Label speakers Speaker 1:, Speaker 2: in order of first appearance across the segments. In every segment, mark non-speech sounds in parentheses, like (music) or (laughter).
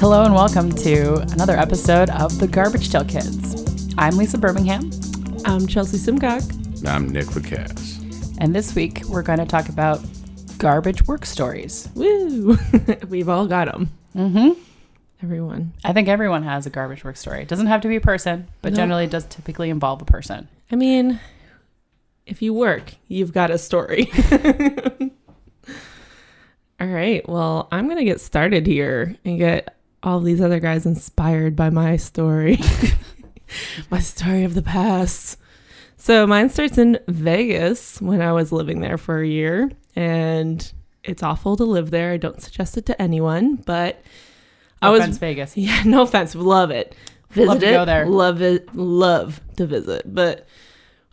Speaker 1: Hello and welcome to another episode of The Garbage Pail Kids. I'm Lisa Birmingham,
Speaker 2: I'm Chelsea Simcock.
Speaker 3: I'm Nick Lacasse.
Speaker 1: and this week we're going to talk about garbage work stories.
Speaker 2: Woo! (laughs) We've all got them. Mm-hmm. Everyone.
Speaker 1: I think everyone has a garbage work story. It doesn't have to be a person, but
Speaker 2: No.
Speaker 1: generally it does typically involve a person.
Speaker 2: I mean, if you work, you've got a story. (laughs) all right. Well, I'm gonna get started here and get all these other guys inspired by my story, (laughs) my story of the past. So mine starts in Vegas when I was living there for a year, and it's awful to live there. I don't suggest it to anyone, but I
Speaker 1: No
Speaker 2: was
Speaker 1: offense, Vegas.
Speaker 2: Yeah, no offense. Love it. Visit
Speaker 1: Love to
Speaker 2: it.
Speaker 1: go there.
Speaker 2: Love it. Love to visit. But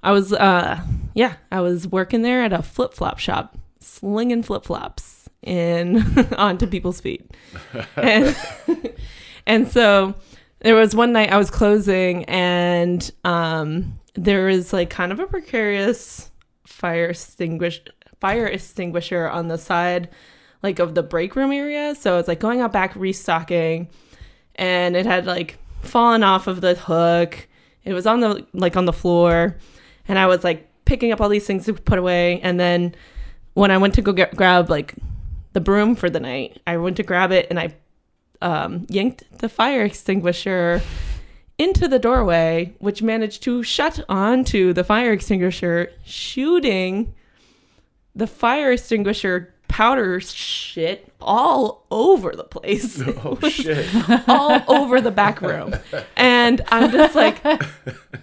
Speaker 2: I was, uh, yeah, I was working there at a flip flop shop, slinging flip flops in (laughs) onto people's feet, and and so there was one night I was closing, and um, there was like kind of a precarious fire extinguish fire extinguisher on the side, like of the break room area. So it's like going out back restocking, and it had like fallen off of the hook. It was on the like on the floor, and I was like picking up all these things to put away. And then when I went to go get, grab like the broom for the night, I went to grab it and I um, yanked the fire extinguisher into the doorway, which managed to shut onto the fire extinguisher, shooting the fire extinguisher powder shit all over the place. (laughs)
Speaker 3: Oh
Speaker 2: It was
Speaker 3: shit!
Speaker 2: all over the back room. And I'm just like,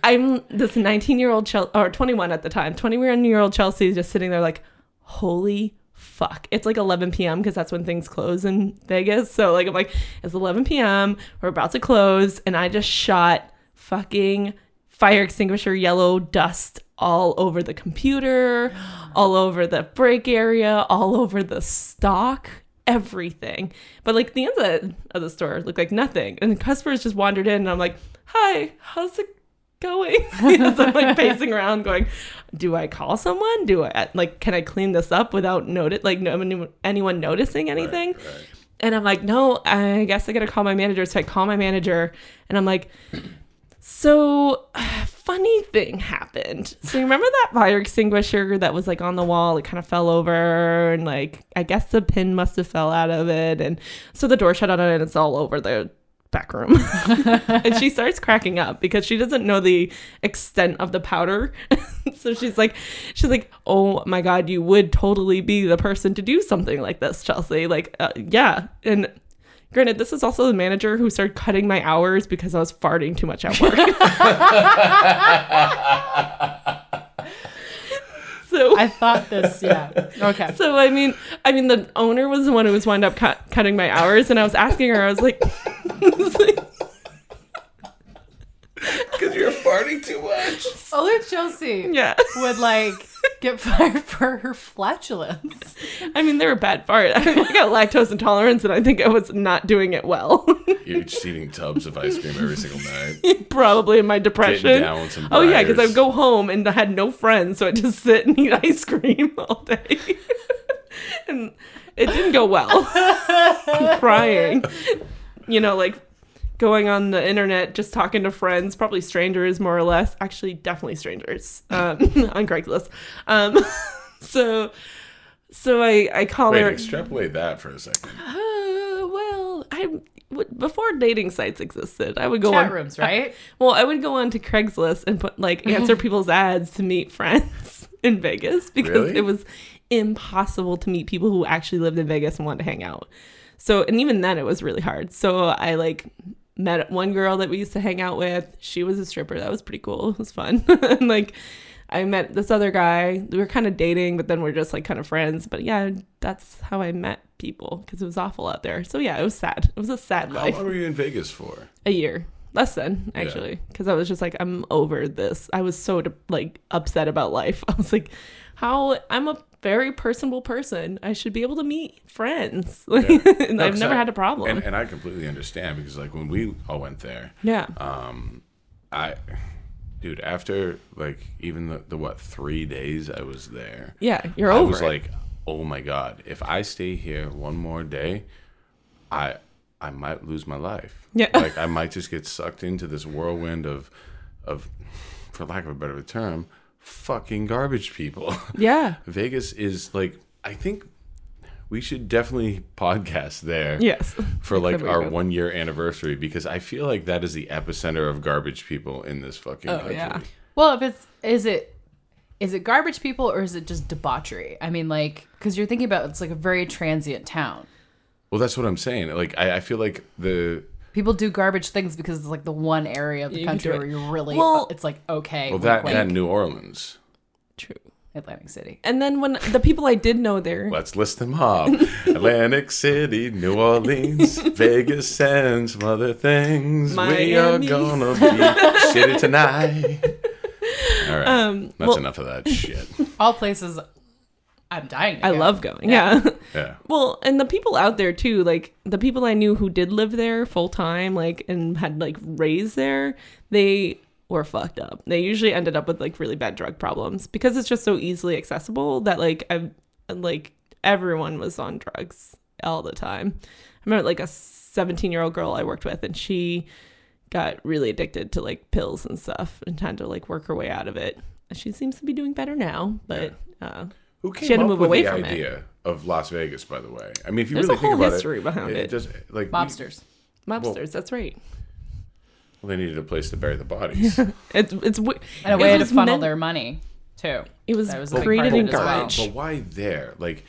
Speaker 2: I'm this 19 year old Chelsea, or 21 at the time, 21 year old Chelsea is just sitting there like, holy fuck. It's like 11 p.m. because that's when things close in Vegas. So, like, I'm like, it's 11 p.m. We're about to close. And I just shot fucking fire extinguisher yellow dust all over the computer, all over the break area, all over the stock, everything. But like the inside of the store looked like nothing. And the customers just wandered in and I'm like, hi, how's it going? (laughs) so I'm like pacing around going, do I call someone? Do I like, can I clean this up without notice, like no, anyone noticing anything? And I'm like, no, I guess I gotta call my manager. So I call my manager and I'm like, so (sighs) funny thing happened. So you remember that fire extinguisher that was like on the wall? It kind of fell over and like I guess the pin must have fell out of it. And so the door shut on it and it's all over the back room. (laughs) and she starts cracking up because she doesn't know the extent of the powder. (laughs) so she's like she's like, "Oh my god, you would totally be the person to do something like this, Chelsea." Like, uh, yeah. And Granted, this is also the manager who started cutting my hours because I was farting too much at work. (laughs) so
Speaker 1: I thought this, yeah.
Speaker 2: (laughs)
Speaker 1: Okay.
Speaker 2: so I mean, I mean, the owner was the one who was wound up cut, cutting my hours, and I was asking her, I was like, I was like,
Speaker 3: Because you're farting too much.
Speaker 1: Older Chelsea
Speaker 2: yeah.
Speaker 1: would like get (laughs) fired for her flatulence.
Speaker 2: I mean, they were bad fart. (laughs) I got lactose intolerance, and I think I was not doing it well, (laughs)
Speaker 3: You're just eating tubs of ice cream every single night.
Speaker 2: probably in my
Speaker 3: Getting
Speaker 2: depression.
Speaker 3: down with some.
Speaker 2: Oh yeah, because I
Speaker 3: briars.
Speaker 2: would go home and I had no friends, so I just sit and eat ice cream (laughs) all day, and it didn't go well. (laughs) I'm crying, you know, like going on the internet, just talking to friends, probably strangers more or less. Actually, definitely strangers um, (laughs) on Craigslist. Um, (laughs) so, so I I call
Speaker 3: Wait,
Speaker 2: her.
Speaker 3: extrapolate that for a second.
Speaker 2: Uh, well, I w- before dating sites existed, I would go
Speaker 1: Chat
Speaker 2: on
Speaker 1: rooms, right?
Speaker 2: well, I would go on to Craigslist and put like
Speaker 3: (laughs)
Speaker 2: answer people's ads to meet friends (laughs) in Vegas because
Speaker 3: Really?
Speaker 2: it was impossible to meet people who actually lived in Vegas and wanted to hang out. So, and even then it was really hard. So, I like met one girl that we used to hang out with. She was a stripper. That was pretty cool. It was fun. (laughs) and like I met this other guy. We were kind of dating, but then we are just like kind of friends. But yeah, that's how I met people because it was awful out there. So, yeah, it was sad. It was a sad
Speaker 3: How
Speaker 2: life
Speaker 3: long were you in
Speaker 2: (laughs)
Speaker 3: Vegas for?
Speaker 2: a year less than actually because i was just like i'm over this i was so de- like upset about life (laughs) i was like how i'm a very personable person i should be able to meet friends (laughs) Like, and
Speaker 3: No,
Speaker 2: i've
Speaker 3: 'cause
Speaker 2: never
Speaker 3: I-
Speaker 2: had a problem
Speaker 3: And, and I completely understand because, like, when we all went there,
Speaker 2: yeah
Speaker 3: uh, I, dude, after like even the, the what three days I was there,
Speaker 2: yeah you're
Speaker 3: I
Speaker 2: over
Speaker 3: was
Speaker 2: it.
Speaker 3: like, oh my god, if I stay here one more day, I I might lose my life.
Speaker 2: Yeah.
Speaker 3: (laughs) like I might just get sucked into this whirlwind of, of, for lack of a better term, fucking garbage people. (laughs)
Speaker 2: Yeah.
Speaker 3: Vegas is like I think we should definitely podcast there.
Speaker 2: Yes.
Speaker 3: For like
Speaker 1: we
Speaker 3: our
Speaker 1: will.
Speaker 3: one year anniversary because I feel like that is the epicenter of garbage people in this fucking country.
Speaker 2: Oh, yeah.
Speaker 1: Well, if it's is it is it garbage people or is it just debauchery? I mean, like because you're thinking about it's like a very transient town.
Speaker 3: Well that's what I'm saying. Like I, I feel like the
Speaker 1: People do garbage things because it's like the one area of the
Speaker 2: You can
Speaker 1: country
Speaker 2: do it.
Speaker 1: where you're really
Speaker 2: Well-
Speaker 1: it's like okay.
Speaker 3: well
Speaker 1: wink,
Speaker 3: that
Speaker 1: wink,
Speaker 3: and New Orleans.
Speaker 2: True.
Speaker 1: Atlantic City.
Speaker 2: And then when the people I did know there,
Speaker 3: Let's list them off. Atlantic City, New
Speaker 2: (laughs)
Speaker 3: Orleans, Vegas and some other things. We are
Speaker 2: Miami.
Speaker 3: gonna be shitty
Speaker 2: (laughs)
Speaker 3: tonight. All right. That's
Speaker 2: Um, well-
Speaker 3: enough of that shit.
Speaker 1: All places I'm dying. To
Speaker 2: I
Speaker 1: go.
Speaker 2: love going. Yeah.
Speaker 3: Yeah.
Speaker 2: well, and the people out there too, like the people I knew who did live there full time, like and had like raised there, they were fucked up. They usually ended up with like really bad drug problems because it's just so easily accessible that like I like everyone was on drugs all the time. I remember like a 17 year old girl I worked with and she got really addicted to like pills and stuff and had to like work her way out of it. She seems to be doing better now, but uh,
Speaker 3: Who came
Speaker 2: had to
Speaker 3: up
Speaker 2: move
Speaker 3: with
Speaker 2: away
Speaker 3: the
Speaker 2: from it.
Speaker 3: idea of Las Vegas? By the way, I mean, if you
Speaker 2: There's
Speaker 3: really
Speaker 2: a
Speaker 3: think
Speaker 2: whole
Speaker 3: about
Speaker 2: history
Speaker 3: it,
Speaker 2: behind it.
Speaker 3: just like
Speaker 1: mobsters.
Speaker 2: mobsters,
Speaker 3: Well-
Speaker 2: that's right.
Speaker 3: Well, they needed a place to bury the bodies.
Speaker 2: It's it's we-
Speaker 1: And a
Speaker 2: it
Speaker 1: way to
Speaker 2: was
Speaker 1: funnel
Speaker 2: meant-
Speaker 1: their money too.
Speaker 2: It was,
Speaker 1: That was a big
Speaker 2: (laughs) created
Speaker 1: part
Speaker 2: in
Speaker 1: of it as well.
Speaker 2: garbage.
Speaker 3: but why there? Like,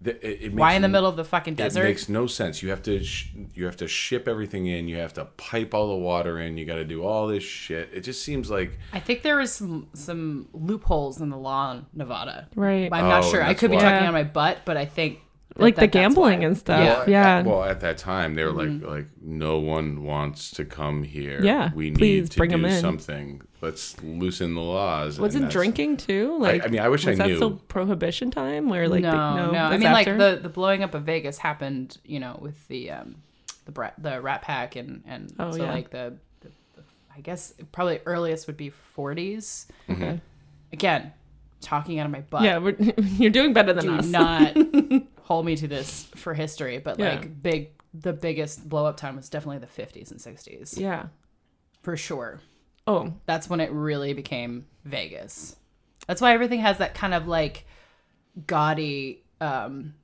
Speaker 3: the, it, it makes
Speaker 1: Why in the middle of the fucking
Speaker 3: It
Speaker 1: desert?
Speaker 3: makes no sense. You have to sh- you have to ship everything in. You have to pipe all the water in. You got to do all this shit. It just seems like
Speaker 1: I think there was some some loopholes in the law in Nevada.
Speaker 2: Right.
Speaker 1: I'm not
Speaker 3: Oh,
Speaker 1: sure. I
Speaker 3: that's
Speaker 1: could be
Speaker 3: why.
Speaker 1: talking
Speaker 2: Yeah.
Speaker 1: on my butt, but I think that-
Speaker 2: Like the
Speaker 1: that- that's
Speaker 2: gambling
Speaker 1: why.
Speaker 2: and stuff.
Speaker 3: Well,
Speaker 2: Yeah. Mm-hmm.
Speaker 3: At, well, at that time, they were like, like no one wants to come here.
Speaker 2: Yeah,
Speaker 3: we
Speaker 2: please
Speaker 3: need to
Speaker 2: bring
Speaker 3: do
Speaker 2: 'em in."
Speaker 3: something. Let's loosen the laws.
Speaker 2: Was
Speaker 3: and
Speaker 2: it
Speaker 3: that's-
Speaker 2: drinking too? Like,
Speaker 3: I mean, I wish
Speaker 2: was
Speaker 3: I
Speaker 2: that
Speaker 3: knew.
Speaker 2: still prohibition time where like
Speaker 1: no,
Speaker 2: the,
Speaker 1: no, I
Speaker 2: it's
Speaker 1: mean,
Speaker 2: after?
Speaker 1: like the the blowing up of Vegas happened, you know, with the um, the brat, the Rat Pack, and and
Speaker 2: Oh,
Speaker 1: so
Speaker 2: yeah.
Speaker 1: like the, the, the I guess probably earliest would be 40s.
Speaker 2: Okay.
Speaker 1: Again, talking out of my butt.
Speaker 2: (laughs) yeah, we're, (laughs) you're doing better than
Speaker 1: do
Speaker 2: us. (laughs)
Speaker 1: not hold me to this for history, but
Speaker 2: Yeah.
Speaker 1: like big, the biggest blow up time was definitely the 50s and 60s
Speaker 2: yeah.
Speaker 1: for sure.
Speaker 2: Oh,
Speaker 1: That's when it really became Vegas. That's why everything has that kind of like gaudy um,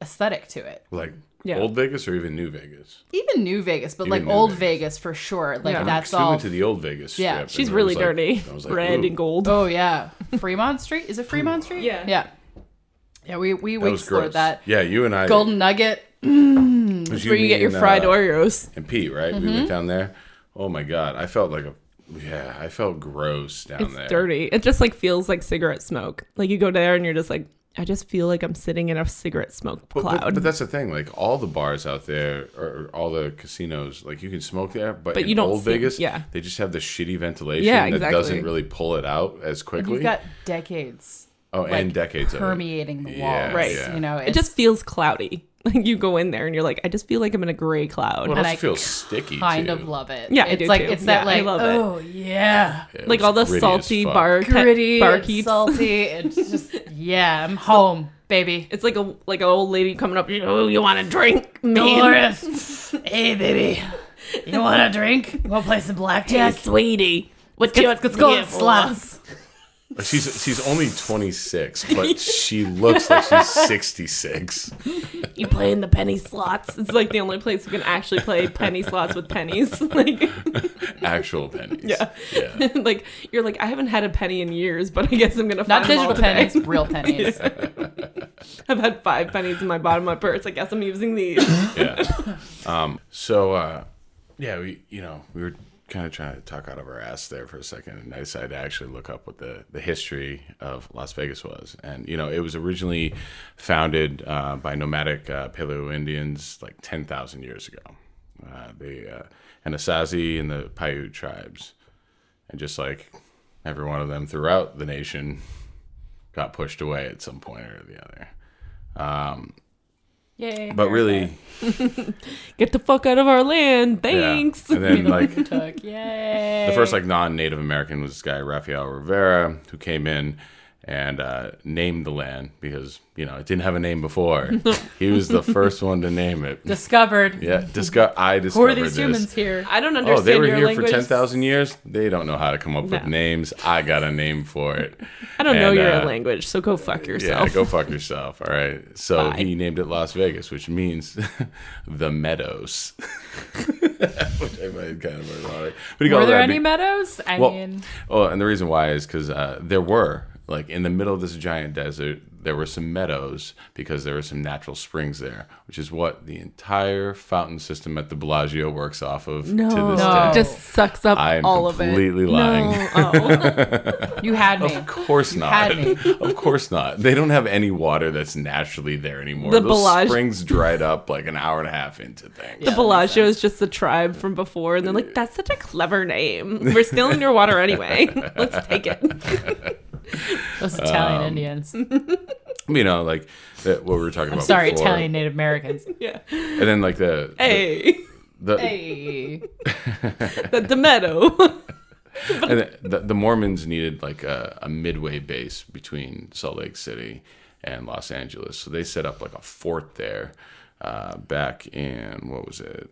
Speaker 1: aesthetic to it.
Speaker 3: like
Speaker 2: Yeah.
Speaker 3: old Vegas or even New Vegas.
Speaker 1: Even New Vegas, but
Speaker 3: Even
Speaker 1: like
Speaker 3: New
Speaker 1: old
Speaker 3: Vegas.
Speaker 1: Vegas. for sure. Like
Speaker 2: Yeah.
Speaker 1: that's
Speaker 3: I
Speaker 1: all.
Speaker 3: went to the old Vegas.
Speaker 1: Yeah,
Speaker 3: strip,
Speaker 2: she's
Speaker 3: and I
Speaker 2: really
Speaker 3: was like-
Speaker 2: dirty.
Speaker 3: I was like,
Speaker 2: Red
Speaker 3: "Ooh."
Speaker 2: and gold.
Speaker 1: oh yeah, Fremont Street is it Fremont Street?
Speaker 2: Yeah.
Speaker 1: yeah, yeah. We we
Speaker 3: That
Speaker 1: we
Speaker 3: was gross.
Speaker 1: explored that
Speaker 3: Yeah, you and I.
Speaker 1: Golden Nugget
Speaker 3: it was
Speaker 2: where you get
Speaker 3: me
Speaker 2: your
Speaker 3: and,
Speaker 2: fried
Speaker 3: uh,
Speaker 2: Oreos.
Speaker 3: And Pete, right? We
Speaker 2: Mm-hmm.
Speaker 3: went down there. Oh my god, I felt like a yeah, I felt gross down
Speaker 2: It's
Speaker 3: there.
Speaker 2: dirty. It just like feels like cigarette smoke. Like you go there and you're just like, I just feel like I'm sitting in a cigarette smoke
Speaker 3: But,
Speaker 2: cloud.
Speaker 3: but, but that's the thing. Like all the bars out there, or, or all the casinos, like you can smoke there, but,
Speaker 2: But
Speaker 3: in
Speaker 2: you don't
Speaker 3: old
Speaker 2: see-
Speaker 3: Vegas,
Speaker 2: yeah.
Speaker 3: they just have the shitty ventilation
Speaker 2: Yeah,
Speaker 3: that
Speaker 2: exactly.
Speaker 3: doesn't really pull it out as quickly.
Speaker 1: You've got decades.
Speaker 3: oh, and
Speaker 1: like,
Speaker 3: decades
Speaker 1: permeating the walls.
Speaker 3: Yeah,
Speaker 2: Right.
Speaker 3: yeah.
Speaker 1: You know, it's
Speaker 2: it just feels cloudy. (laughs) Like you go in there and you're like, I just feel like I'm in a gray cloud.
Speaker 3: of it. Well,
Speaker 1: and
Speaker 3: it
Speaker 1: I
Speaker 3: also feels sticky.
Speaker 1: kind
Speaker 3: too.
Speaker 1: of love it.
Speaker 2: Yeah, I
Speaker 1: it's
Speaker 2: do
Speaker 1: like
Speaker 2: too.
Speaker 1: it's that
Speaker 2: Yeah, I
Speaker 1: like
Speaker 2: love it.
Speaker 1: oh yeah,
Speaker 3: It
Speaker 2: like
Speaker 3: was
Speaker 2: all the
Speaker 3: gritty as
Speaker 2: salty
Speaker 3: fuck.
Speaker 2: bar
Speaker 1: gritty,
Speaker 2: bar
Speaker 1: and
Speaker 2: keeps.
Speaker 1: salty. (laughs) It's just yeah, I'm home, baby.
Speaker 2: (laughs) It's like a like an old lady coming up. You know, you want a drink, man?
Speaker 1: Dolores, (laughs) hey baby, you want a drink? We'll play some
Speaker 2: Yeah,
Speaker 1: blackjack.
Speaker 2: sweetie. What you
Speaker 1: Let's, let's go
Speaker 2: here
Speaker 1: on slots.
Speaker 3: She's she's only
Speaker 2: (laughs)
Speaker 3: 26, but she looks like she's 66.
Speaker 2: for? You play in the penny slots. It's like the only place you can actually play penny slots with pennies. (laughs) Like,
Speaker 3: Actual pennies.
Speaker 2: Yeah.
Speaker 3: (laughs) Yeah.
Speaker 2: (laughs) like you're like I haven't had a penny in years, but I guess I'm gonna
Speaker 1: Not
Speaker 2: find them
Speaker 1: digital
Speaker 2: all today. (laughs)
Speaker 1: pennies, (laughs) real pennies.
Speaker 2: I've had five pennies in my bottom of my purse. I guess I'm using these.
Speaker 1: (laughs)
Speaker 3: yeah. Um, so uh, yeah, we you know we were kind of trying to talk out of our ass there for a second, and I decided to actually look up what the the history of Las Vegas was, and you know it was originally founded uh, by nomadic uh, Paleo Indians like ten thousand years ago, uh, the uh, Anasazi and the Paiute tribes, and just like every one of them throughout the nation. Got pushed away at some point or the other, Um,
Speaker 1: Yay.
Speaker 3: but really,
Speaker 2: Get the fuck out of our land.
Speaker 3: yeah.
Speaker 2: Thanks.
Speaker 3: And
Speaker 1: (laughs)
Speaker 3: then like
Speaker 1: Took. Yay.
Speaker 3: The first like non-Native American was this guy Rafael Rivera who came in and uh, named the land because you know it didn't have a name before. he was the first one to name it.
Speaker 1: Discovered.
Speaker 3: yeah, disco- I
Speaker 1: Who
Speaker 3: discovered
Speaker 1: are these
Speaker 3: this.
Speaker 1: humans here?
Speaker 2: I don't understand
Speaker 3: Oh, they were
Speaker 2: your
Speaker 3: here
Speaker 2: language.
Speaker 3: for ten thousand years. They don't know how to come up with
Speaker 2: No.
Speaker 3: names. I got a name for it.
Speaker 2: I don't know
Speaker 3: and,
Speaker 2: your
Speaker 3: uh,
Speaker 2: language, so go fuck yourself.
Speaker 3: Yeah, go fuck yourself. All right. So
Speaker 2: Bye.
Speaker 3: he named it Las Vegas, which means (laughs) the meadows. (laughs) which I find kind of ironic. But he
Speaker 1: Were
Speaker 3: called
Speaker 1: there
Speaker 3: that
Speaker 1: any
Speaker 3: be-
Speaker 1: meadows? I
Speaker 3: well,
Speaker 1: mean,
Speaker 3: oh, and the reason why is because uh, there were like in the middle of this giant desert, there were some meadows because there were some natural springs there, which is what the entire fountain system at the Bellagio works off of
Speaker 2: no,
Speaker 3: to this
Speaker 1: No.
Speaker 3: day.
Speaker 2: just sucks up
Speaker 3: I am
Speaker 2: all of it.
Speaker 3: completely lying.
Speaker 2: No. (laughs) Oh.
Speaker 1: you had me.
Speaker 3: Of course not.
Speaker 1: had me.
Speaker 3: (laughs) of course not. They don't have any water that's naturally there anymore.
Speaker 2: The
Speaker 3: Those
Speaker 2: Bellagio-
Speaker 3: springs dried up like an hour and a half into things.
Speaker 2: the Bellagio is just the tribe from before, and they're like, "That's such a clever name. We're stealing your water
Speaker 3: (laughs)
Speaker 2: anyway. Let's take it."
Speaker 1: Those
Speaker 3: Um,
Speaker 1: Italian Indians.
Speaker 3: You know, like that, what we were talking about.
Speaker 1: Sorry,
Speaker 3: before.
Speaker 1: Italian Native Americans.
Speaker 2: (laughs) Yeah.
Speaker 3: And then like the
Speaker 2: (laughs) Hey,
Speaker 3: the,
Speaker 1: Hey.
Speaker 2: the, the meadow. (laughs)
Speaker 3: and the, the, the Mormons needed like a, a midway base between Salt Lake City and Los Angeles, so they set up like a fort there. Uh, back in what was it?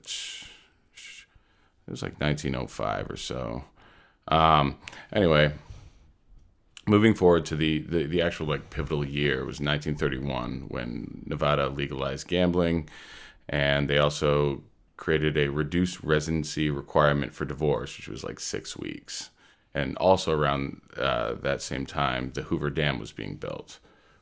Speaker 3: It was like 1905 or so. Um, anyway, moving forward to the, the the actual like pivotal year was 1931 when Nevada legalized gambling, and they also created a reduced residency requirement for divorce, which was like six weeks. And also around uh, that same time, the Hoover Dam was being built,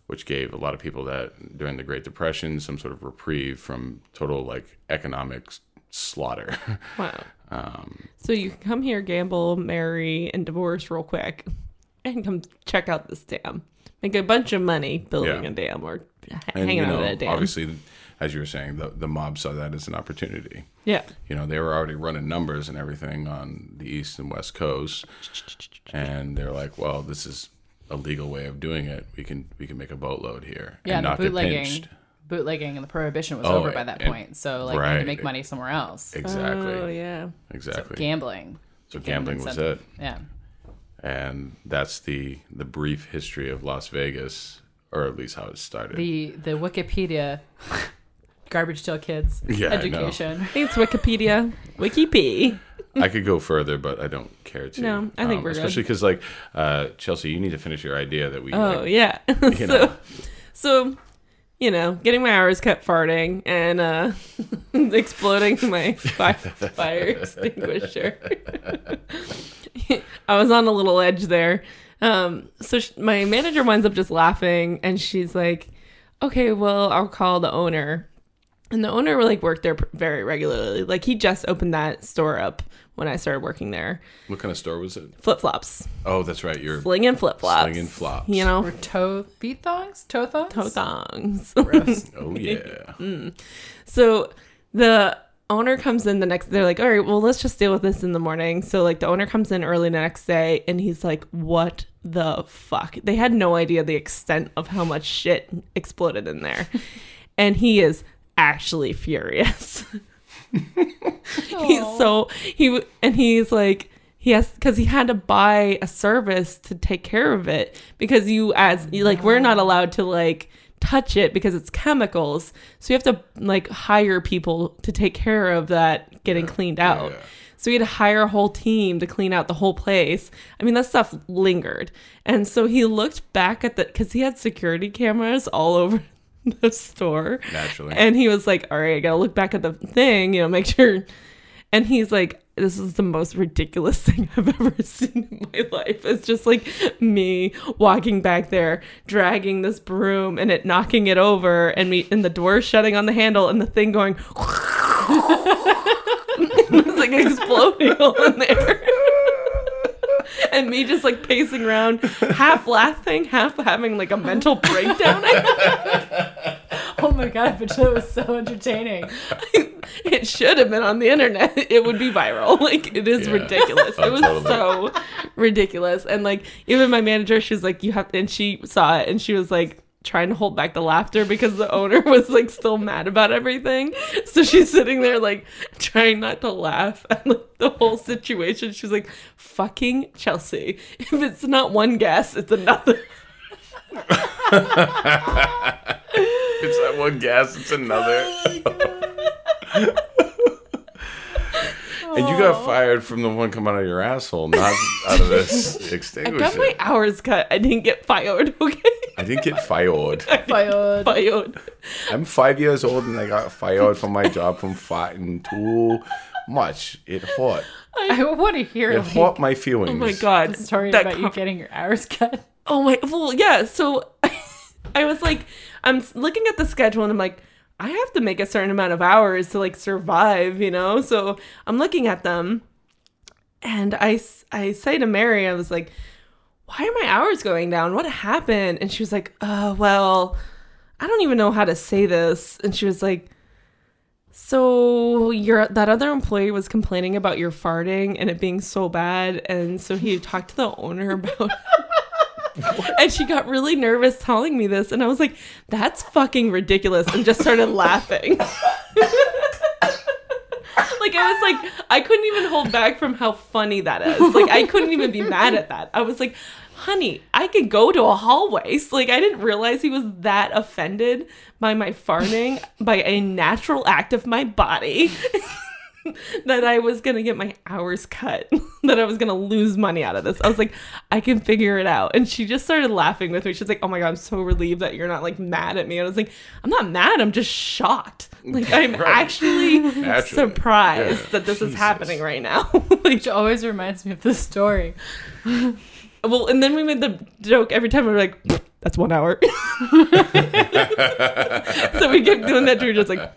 Speaker 3: which gave a lot of people that during the Great Depression some sort of reprieve from total like economic s- slaughter. (laughs)
Speaker 2: Wow.
Speaker 3: Um,
Speaker 2: so you can come here, gamble, marry, and divorce real quick, and come check out this dam. Make a bunch of money building
Speaker 3: Yeah.
Speaker 2: a dam or h-
Speaker 3: and
Speaker 2: hanging
Speaker 3: you know,
Speaker 2: out at a dam.
Speaker 3: obviously, as you were saying, the, the mob saw that as an opportunity. (laughs)
Speaker 2: Yeah.
Speaker 3: You know, they were already running numbers and everything on the east and west coast, and they're like, "Well, this is a legal way of doing it. We can we can make a boatload here
Speaker 1: Yeah,
Speaker 3: and
Speaker 1: the
Speaker 3: not get
Speaker 1: bootlegging.
Speaker 3: pinched."
Speaker 1: Bootlegging and the prohibition was
Speaker 3: Oh,
Speaker 1: over by that
Speaker 3: and-
Speaker 1: point. So, like, you had
Speaker 3: right.
Speaker 1: to make money somewhere else.
Speaker 3: Exactly,
Speaker 2: Oh yeah.
Speaker 3: exactly.
Speaker 1: Gambling.
Speaker 3: so gambling was it,
Speaker 1: incentive. Yeah.
Speaker 3: and that's the the brief history of Las Vegas, or at least how it started.
Speaker 1: The the Wikipedia (laughs) garbage till kids
Speaker 3: Yeah, I know.
Speaker 1: education.
Speaker 2: I think it's Wikipedia. Wikipedia.
Speaker 3: I could go further, but I don't care to. um,
Speaker 2: No, I think we're good.
Speaker 3: especially because like uh, Chelsea, you need to finish your idea that we.
Speaker 2: Oh
Speaker 3: like,
Speaker 2: yeah.
Speaker 3: you
Speaker 2: (laughs) so
Speaker 3: know.
Speaker 2: so you know, getting my hours kept farting and uh (laughs) exploding my fire, fire
Speaker 3: (laughs)
Speaker 2: extinguisher. (laughs) I was on a little edge there. Um so sh- my manager winds up just laughing and she's like, "Okay, well, I'll call the owner." And the owner like worked there pr- very regularly. Like he just opened that store up when I started working there.
Speaker 3: What kind of store was it?
Speaker 2: Flip-flops.
Speaker 3: Oh, that's right. You're
Speaker 2: Flinging flip-flops.
Speaker 3: Slinging flops.
Speaker 2: You know,
Speaker 1: Were toe feet thongs? Toe thongs?
Speaker 2: toe thongs. (laughs)
Speaker 1: Gross.
Speaker 3: Oh yeah.
Speaker 2: So the owner comes in the next they're like, "All right, well, let's just deal with this in the morning." So like the owner comes in early the next day and he's like, "What the fuck?" They had no idea the extent of how much shit exploded in
Speaker 3: (laughs)
Speaker 2: there. and he is actually furious. (laughs) he's so he w- and he's like he has because he had to buy a service to take care of it because you as
Speaker 3: Oh,
Speaker 2: you, like we're not allowed to like touch it because it's chemicals so you have to like hire people to take care of that (laughs) getting cleaned out
Speaker 3: yeah.
Speaker 2: so we had to hire a whole team to clean out the whole place. I mean, that stuff lingered. And so he looked back at the, because he had security cameras all (laughs) over the store.
Speaker 3: Naturally.
Speaker 2: And he was like, all right, I got to look back at the thing, you know, make sure. And he's like, this is the most ridiculous (laughs) thing I've ever seen in my life. It's just like me walking back there, dragging this broom and it knocking it over and me and the door shutting on the handle and the thing going (laughs) was like exploding (laughs) all in there. and me just like pacing around, half laughing, half having like a mental breakdown.
Speaker 1: (laughs) Oh my god, I bet you that was so entertaining.
Speaker 2: (laughs) it should have been on the internet. (laughs) It would be viral. (laughs) Like it is
Speaker 3: Yeah.
Speaker 2: ridiculous.
Speaker 3: (laughs) Oh,
Speaker 2: It was
Speaker 3: totally.
Speaker 2: so ridiculous. And like even my manager, she was like, "You have," and she saw it, and she was like trying to hold back the laughter because the owner (laughs) was like still mad about everything. So she's sitting there like trying not to laugh (laughs) at like the whole (laughs)
Speaker 3: (laughs)
Speaker 2: situation. She's like, "Fucking Chelsea! If it's not one guess, it's another."
Speaker 3: It's not one gas, it's
Speaker 2: Oh
Speaker 3: another. (laughs) and you got fired from the one coming out of your asshole, not out of
Speaker 2: (laughs)
Speaker 3: this
Speaker 2: I got
Speaker 3: extinguisher.
Speaker 2: my hours cut. I didn't get fired. (laughs) Okay,
Speaker 3: I didn't get fired.
Speaker 1: Fired.
Speaker 2: fired.
Speaker 3: I'm five years old and I got fired from my job from fighting too much. It hurt.
Speaker 1: I want to hear
Speaker 3: It
Speaker 1: like,
Speaker 3: hurt my feelings.
Speaker 2: Oh my god.
Speaker 1: the story
Speaker 2: That
Speaker 1: about you
Speaker 2: com-
Speaker 1: getting your hours (laughs) cut.
Speaker 2: oh my well yeah so (laughs) i was like i'm s- looking at the schedule and i'm like i have to make a certain amount of hours to like survive you know so i'm looking at them and i s- i say to mary i was like why are my hours going down what happened and she was like uh well i don't even know how to say this and she was like so your that other employee was complaining about your farting and it being so bad and so he talked to the owner (laughs) about and she got really nervous telling me this and i was like that's fucking ridiculous and just started laughing (laughs) like i was like i couldn't even hold back from how funny that is like i couldn't even be mad at that i was like honey i could go to a hallways (laughs) like i didn't realize he was that offended by my farting by a natural act of my body (laughs) that I was gonna get my hours cut, (laughs) that I was gonna lose money out of this. I was like, I can figure it out. And she just started laughing with me. She's like, Oh my god, I'm so relieved that you're not like mad at me. And I was like, I'm not mad, I'm just shocked. Like I'm
Speaker 3: Right.
Speaker 2: actually
Speaker 3: Naturally.
Speaker 2: surprised
Speaker 3: Yeah.
Speaker 2: that this is
Speaker 3: Jesus.
Speaker 2: happening right now. (laughs) like
Speaker 1: Which always reminds me of this
Speaker 2: (laughs)
Speaker 1: story.
Speaker 2: well, and then we made the joke every time we were like, that's one hour. (laughs) so we kept doing that. We were just like,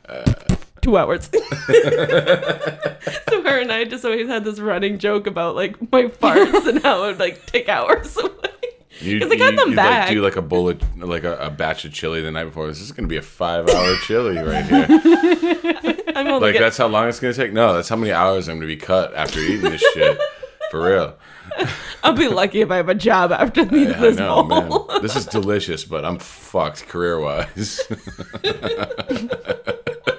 Speaker 2: two hours. (laughs) so her and I just always had this running joke about like my farts and how it would like take hours (laughs) away.
Speaker 3: You,
Speaker 2: 'Cause I got
Speaker 3: you-
Speaker 2: them
Speaker 3: you,
Speaker 2: back.
Speaker 3: Like, do like a bullet, like a, a batch of chili the night before. This is going to be a five-hour chili right here.
Speaker 2: I'm only
Speaker 3: Like
Speaker 2: get-
Speaker 3: that's how long it's going to take. No, that's how many hours I'm going to be cut after eating this shit. For real.
Speaker 2: I'll be lucky if I have a job after these,
Speaker 3: Yeah, (laughs) I
Speaker 2: this
Speaker 3: know,
Speaker 2: bowl.
Speaker 3: man. This is delicious, but I'm fucked career-wise.
Speaker 2: (laughs)
Speaker 3: (laughs)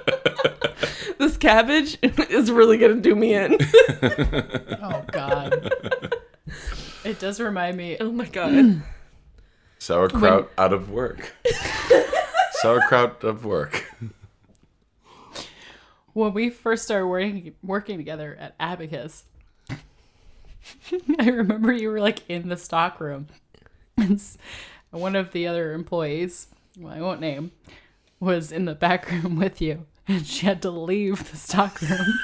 Speaker 2: This cabbage (laughs) is really gonna do me in. (laughs)
Speaker 1: Oh
Speaker 3: (laughs)
Speaker 1: God. it does remind me.
Speaker 2: oh my god.
Speaker 3: Sauerkraut out of work. Sauerkraut of work.
Speaker 1: when we first started working working together at Abacus, (laughs) I remember you were like in the stock room, and s- one of the other employees, well, I won't name, was in the back room with you, and she had to leave the stock room.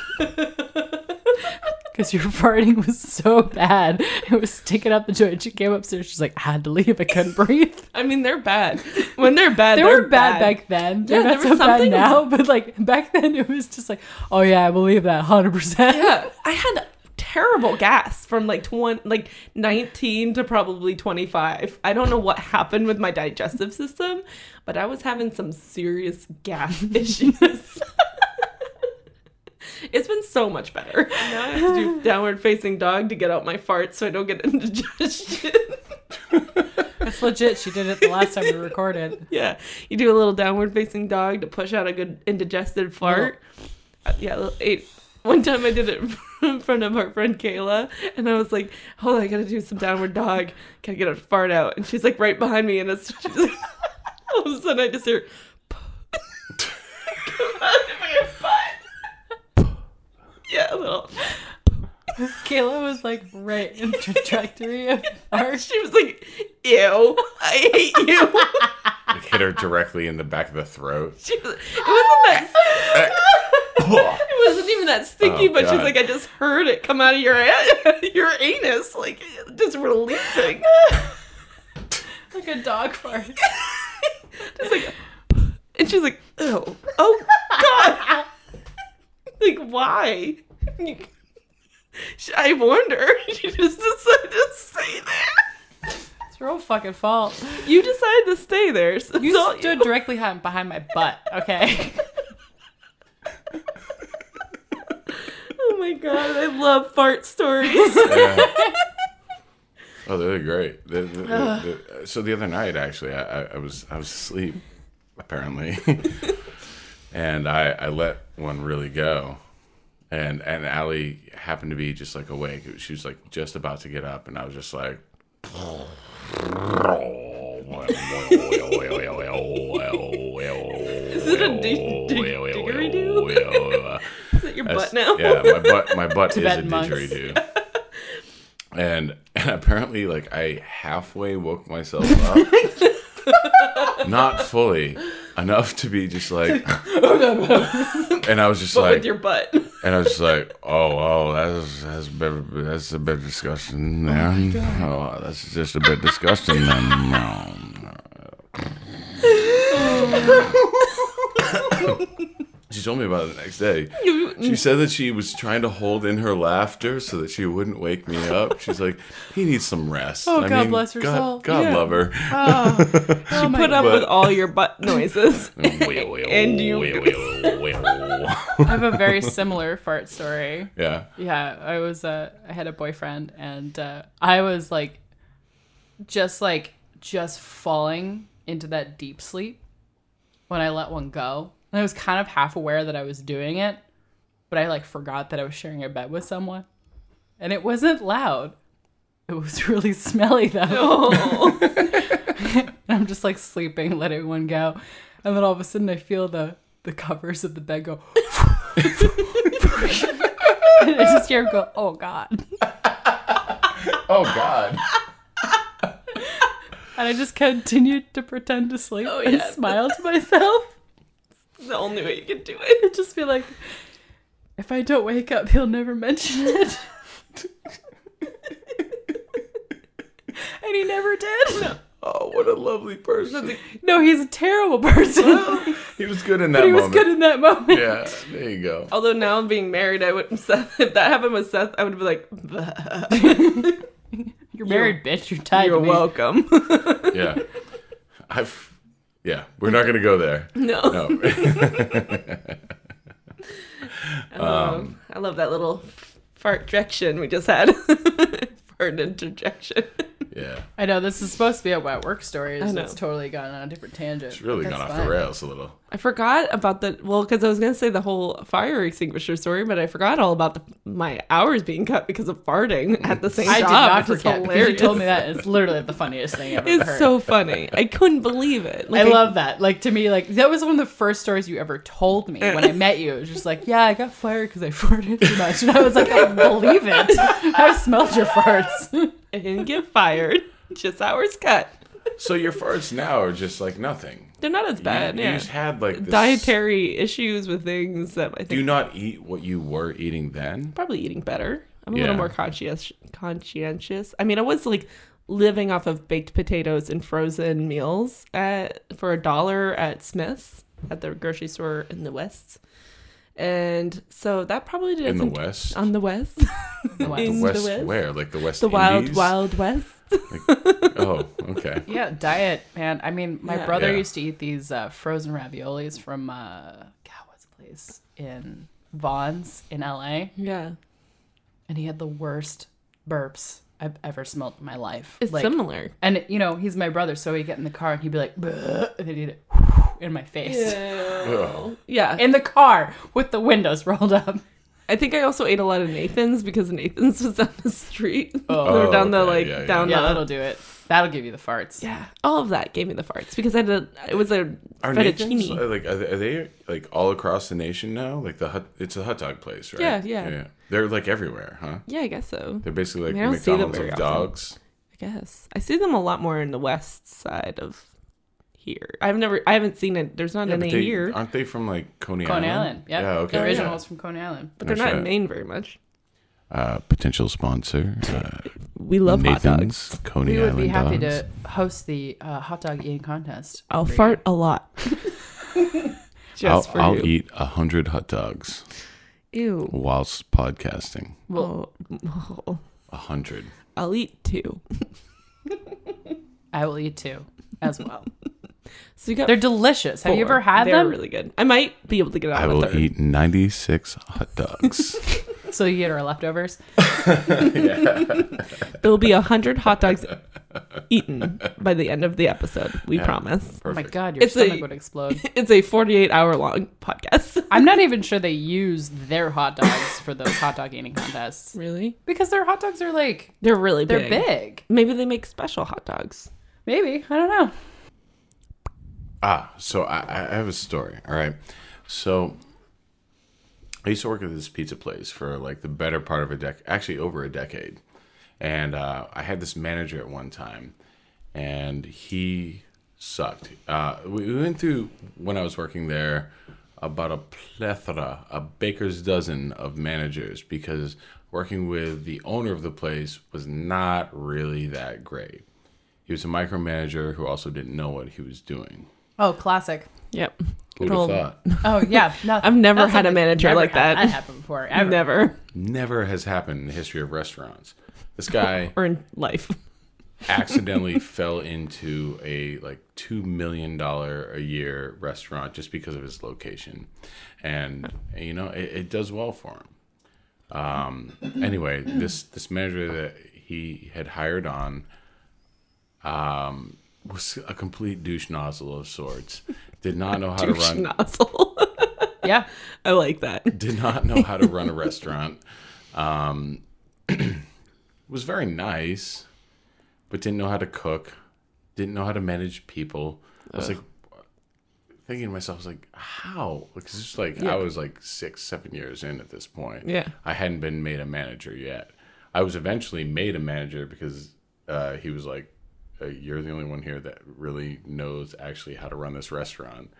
Speaker 1: Because your farting was so bad, it was sticking up the joint. She came upstairs. She's like, "I had to leave. I couldn't breathe."
Speaker 2: I mean, they're bad. When they're bad,
Speaker 1: They
Speaker 2: they're
Speaker 1: were bad, back then. They're
Speaker 2: Yeah,
Speaker 1: not
Speaker 2: there
Speaker 1: so
Speaker 2: was
Speaker 1: bad
Speaker 2: something-
Speaker 1: (laughs) now, but like back then, it was just like, "Oh yeah, I believe that 100." percent
Speaker 2: Yeah, I had terrible gas from like twenty, like nineteen to probably twenty five. I don't know what happened with my digestive system, but I was having some serious gas (laughs) issues. it's been so much better. Now I have to (sighs) do downward facing dog to get out my farts so I don't get indigestion.
Speaker 1: That's legit. She did it the last time we recorded.
Speaker 2: yeah, you do a little downward facing dog to push out a good indigested fart. Uh, yeah, little- it, one time I did it (laughs) in front of our friend Kayla, and I was like, "Hold on, I gotta do some downward dog. Gotta get a fart out." And she's like right behind me, and it's (laughs) she's like, all of a sudden I just hear. (laughs) come out of my butt. Yeah, a little.
Speaker 1: (laughs) Kayla was like right in the trajectory of our.
Speaker 2: She was like, "Ew, I hate you." (laughs)
Speaker 3: Like hit her directly in the back of the throat.
Speaker 2: She was, it wasn't that. It wasn't even that sticky,
Speaker 3: Oh,
Speaker 2: but she's
Speaker 3: God.
Speaker 2: like, I just heard it come out of your (laughs) your anus, like just
Speaker 3: (laughs)
Speaker 2: releasing.
Speaker 1: (laughs) Like a dog fart.
Speaker 2: Just like, and she's like, oh, oh God, (laughs) like why? (laughs) She- I warned her. (laughs) She just decided to stay there.
Speaker 1: It's your own fucking fault.
Speaker 2: You decided to stay there. So
Speaker 1: You
Speaker 2: it's all
Speaker 1: stood directly behind behind my butt. (laughs) Okay.
Speaker 2: (laughs) Oh my God, I love fart stories.
Speaker 3: Yeah. Oh, they're great. They're- they're- they're- they're- so the other night, actually, I, I- I was I was asleep, apparently, and I, I let one really go, and and Allie happened to be just like awake. She was like just about to get up, and I was just like, Is
Speaker 2: it a dig- dig- didgeridoo? Is it your butt now?
Speaker 3: That's- Yeah, my butt.
Speaker 2: (laughs)
Speaker 3: My butt is a
Speaker 1: Tibetan monks.
Speaker 3: didgeridoo. and, and apparently, like I halfway woke
Speaker 2: (laughs)
Speaker 3: myself up, not fully enough to be just
Speaker 2: (laughs)
Speaker 3: like.
Speaker 2: Oh,
Speaker 3: and I was just
Speaker 2: But
Speaker 3: like,
Speaker 2: with your butt.
Speaker 3: and I was just like, oh, oh, that's that's a bit, that's a bit disgusting. Then, oh, that's just a bit disgusting. Then, Um,
Speaker 1: (laughs)
Speaker 3: she told me about it the next day. She said that she was trying to hold in her laughter so that she wouldn't wake me up. She's like, he needs some rest.
Speaker 1: Oh, God bless her
Speaker 3: God,
Speaker 1: soul.
Speaker 3: God
Speaker 2: Yeah.
Speaker 3: love
Speaker 1: (laughs)
Speaker 3: her.
Speaker 1: Oh my
Speaker 2: Put up
Speaker 3: But- Mm.
Speaker 2: with all your butt (laughs)
Speaker 3: (laughs)
Speaker 2: noises. And you-
Speaker 1: I have a very similar fart story.
Speaker 3: (laughs) yeah.
Speaker 1: Yeah, I was uh, I had a boyfriend and uh, I was like just like just falling into that deep sleep when I let one go. And I was kind of half aware that I was doing it, but I like forgot that I was sharing a bed with someone. And it wasn't loud. It was (laughs) really smelly though.
Speaker 2: (laughs) Oh.
Speaker 1: And I'm just like sleeping, letting one go. And then all of a sudden I feel the the covers of the bed go (laughs) and I just hear him go, Oh god.
Speaker 3: Oh God.
Speaker 1: And I just continued to pretend to sleep
Speaker 2: Oh,
Speaker 1: and
Speaker 2: yeah.
Speaker 1: smile to myself. (laughs)
Speaker 2: It's the only way you can do it.
Speaker 1: And just be like, if I don't wake up, he'll never mention it. and he never did. No,
Speaker 3: Oh, what a lovely person.
Speaker 1: he's a terrible person.
Speaker 3: He was good in that
Speaker 1: but he was
Speaker 3: moment.
Speaker 1: good in that moment.
Speaker 3: yeah, there you go.
Speaker 2: Although now I'm being married, I would (laughs) Seth, if that happened with Seth, I would be like, "Bleh,
Speaker 1: You're married, bitch. You're tied
Speaker 2: "You're
Speaker 1: to me.
Speaker 2: welcome." (laughs)
Speaker 3: Yeah. (laughs) I've yeah, we're not gonna go there.
Speaker 2: no,
Speaker 1: (laughs)
Speaker 3: No.
Speaker 2: um, I love that little fart direction we just had. (laughs) fart interjection.
Speaker 3: yeah.
Speaker 1: I know this is supposed to be a wet work story,
Speaker 2: I
Speaker 1: so
Speaker 2: know.
Speaker 1: it's totally gone on a different tangent.
Speaker 3: It's really
Speaker 1: That's
Speaker 3: gone off
Speaker 1: fine.
Speaker 3: the rails a little.
Speaker 2: I forgot about the well because I was gonna say the whole fire extinguisher story, but I forgot all about the, my hours being cut because of farting at the same
Speaker 1: I did
Speaker 2: job.
Speaker 1: not
Speaker 2: which is
Speaker 1: forget. because You
Speaker 2: hilarious.
Speaker 1: told me that. It's literally the funniest thing I've ever heard.
Speaker 2: It's so funny. I couldn't believe it. Like,
Speaker 1: I love that. Like to me, like that was one of the first stories you ever told me when I met you. It was just like, yeah, I got fired because I (laughs) farted too much, and I was like, I believe it. (laughs) I smelled your farts. (laughs)
Speaker 2: I didn't get fired. (laughs) Just hours cut.
Speaker 3: So your farts now are just like nothing.
Speaker 2: They're not as
Speaker 3: You-
Speaker 2: bad.
Speaker 3: You,
Speaker 2: yeah.
Speaker 3: just had like this
Speaker 2: dietary issues with things that I think
Speaker 3: Do not eat what you were eating then.
Speaker 2: probably eating better. I'm a
Speaker 3: Yeah.
Speaker 2: little more conscientious. Conscientious. I mean, I was like living off of baked potatoes and frozen meals at for a dollar at Smith's at the grocery store in the West, and so that probably did
Speaker 3: In the
Speaker 2: some-
Speaker 3: West.
Speaker 2: On the
Speaker 3: (laughs)
Speaker 2: West,
Speaker 3: the
Speaker 2: in the
Speaker 3: West,
Speaker 2: West.
Speaker 3: where? Like the West
Speaker 2: the wild,
Speaker 3: Indies?
Speaker 2: wild West.
Speaker 3: (laughs) Oh,
Speaker 2: (laughs)
Speaker 3: okay.
Speaker 1: Yeah, diet, man. I mean, my
Speaker 2: Yeah.
Speaker 1: brother
Speaker 3: Yeah.
Speaker 1: used to eat these uh, frozen raviolis from uh, God, what's the place in Vaughn's in L.A.
Speaker 2: Yeah,
Speaker 1: and he had the worst burps I've ever smelled in my life.
Speaker 2: it's
Speaker 1: Like,
Speaker 2: similar.
Speaker 1: And you know, he's my brother, so he'd get in the car and he'd be like, "Bleh," and he'd eat it (laughs) in my face.
Speaker 3: Ugh.
Speaker 2: Yeah,
Speaker 1: (laughs) in the car with the windows rolled up.
Speaker 2: I think I also ate a lot of Nathan's because Nathan's (laughs) was down the street. (laughs)
Speaker 1: Oh.
Speaker 2: They were down the
Speaker 3: okay,
Speaker 2: like
Speaker 3: yeah, yeah.
Speaker 2: down
Speaker 1: Yeah,
Speaker 2: the
Speaker 1: that'll do it. That'll give you the farts.
Speaker 2: Yeah, all of that gave me the farts because I had a, it was a
Speaker 3: Are Nathan's,
Speaker 2: fettuccine.
Speaker 3: uh, like are they, are they like all across the nation now? Like the hut, it's a hot dog place, right?
Speaker 2: Yeah, yeah.
Speaker 3: They're like everywhere, huh?
Speaker 2: Yeah, I guess so.
Speaker 3: They're basically like
Speaker 2: I don't see them
Speaker 3: McDonald's
Speaker 2: very
Speaker 3: of
Speaker 2: often.
Speaker 3: dogs.
Speaker 2: I guess I see them a lot more in the west side of here. I've never, I haven't seen it. There's not
Speaker 3: Yeah,
Speaker 2: any
Speaker 3: but they-
Speaker 2: here,
Speaker 3: Aren't they from like Coney,
Speaker 1: Coney Island. Yep.
Speaker 3: Yeah, okay.
Speaker 1: The
Speaker 3: yeah.
Speaker 1: original's from Coney Island.
Speaker 2: but they're
Speaker 3: no
Speaker 2: not in
Speaker 3: shit.
Speaker 2: Maine very much.
Speaker 3: Uh, potential sponsor, uh,
Speaker 2: We love hot dogs.
Speaker 3: Nathan's Coney
Speaker 1: We would
Speaker 3: Island
Speaker 1: be happy
Speaker 3: dogs.
Speaker 1: to host the uh, hot dog eating contest.
Speaker 2: I'll
Speaker 1: for you.
Speaker 2: fart a lot. (laughs)
Speaker 1: (laughs)
Speaker 2: Just
Speaker 3: I'll,
Speaker 2: for
Speaker 3: I'll
Speaker 2: you.
Speaker 3: eat a hundred hot dogs
Speaker 2: Ew.
Speaker 3: whilst podcasting.
Speaker 2: Well, oh,
Speaker 3: A hundred.
Speaker 2: (laughs) I'll eat two.
Speaker 1: I will eat two as well.
Speaker 2: So you got.
Speaker 1: They're delicious. Have you
Speaker 2: four.
Speaker 1: ever had
Speaker 2: They're
Speaker 1: them?
Speaker 2: really good. I might be able to get out.
Speaker 3: I
Speaker 2: of
Speaker 3: will
Speaker 2: a third.
Speaker 3: eat ninety six hot dogs.
Speaker 1: So you get our leftovers.
Speaker 2: There'll be a hundred hot dogs eaten by the end of the episode. We
Speaker 3: Yeah.
Speaker 2: promise. (laughs)
Speaker 1: Oh (laughs) my
Speaker 3: Perfect.
Speaker 1: god, your
Speaker 2: It's
Speaker 1: stomach
Speaker 2: a-
Speaker 1: would
Speaker 2: (laughs)
Speaker 1: explode.
Speaker 2: It's a 48 hour long podcast.
Speaker 1: I'm not even sure they use their hot dogs for those hot dog eating contests
Speaker 2: Really?
Speaker 1: because their hot dogs are like
Speaker 2: They're really
Speaker 1: they're
Speaker 2: big.
Speaker 1: big.
Speaker 2: Maybe they make special hot dogs.
Speaker 1: Maybe. I don't know.
Speaker 3: Ah, so I, I- I have a story. All right. So I used to work at this pizza place for like the better part of a decade, actually over a decade. And uh, I had this manager at one time, and he sucked. Uh, we we went through, when I was working there, about a plethora, a baker's dozen of managers because working with the owner of the place was not really that great. He was a micromanager who also didn't know what he was doing.
Speaker 1: Oh, classic.
Speaker 2: Yep. Good
Speaker 3: Who'd have
Speaker 2: old-
Speaker 3: thought?
Speaker 1: Oh
Speaker 2: (laughs)
Speaker 1: yeah. No,
Speaker 2: I've never
Speaker 1: that's
Speaker 2: had a
Speaker 1: something-
Speaker 2: manager
Speaker 1: never
Speaker 2: like
Speaker 1: had
Speaker 2: that.
Speaker 1: That happened before.
Speaker 2: (laughs)
Speaker 1: Ever.
Speaker 2: Never.
Speaker 3: Never has happened in the history of restaurants.
Speaker 2: (laughs)
Speaker 3: This guy
Speaker 2: Or in life.
Speaker 3: accidentally fell into a like two million dollar a year restaurant just because of his location, and you know it, it does well for him. Um, anyway, this this manager that he had hired on um, was a complete douche nozzle of sorts. Did not know how to
Speaker 2: Douche
Speaker 3: run.
Speaker 2: nozzle. (laughs)
Speaker 1: Yeah.
Speaker 2: I like that.
Speaker 3: did not know how to run a restaurant. Um, (clears throat) was very nice, but didn't know how to cook. Didn't know how to manage people. I was like thinking to myself, I was like, how? Because it's just like I was like six, seven years in at this point.
Speaker 2: Yeah.
Speaker 3: I hadn't been made a manager yet. I was eventually made a manager because uh, he was like, uh, "You're the only one here that really knows actually how to run this restaurant."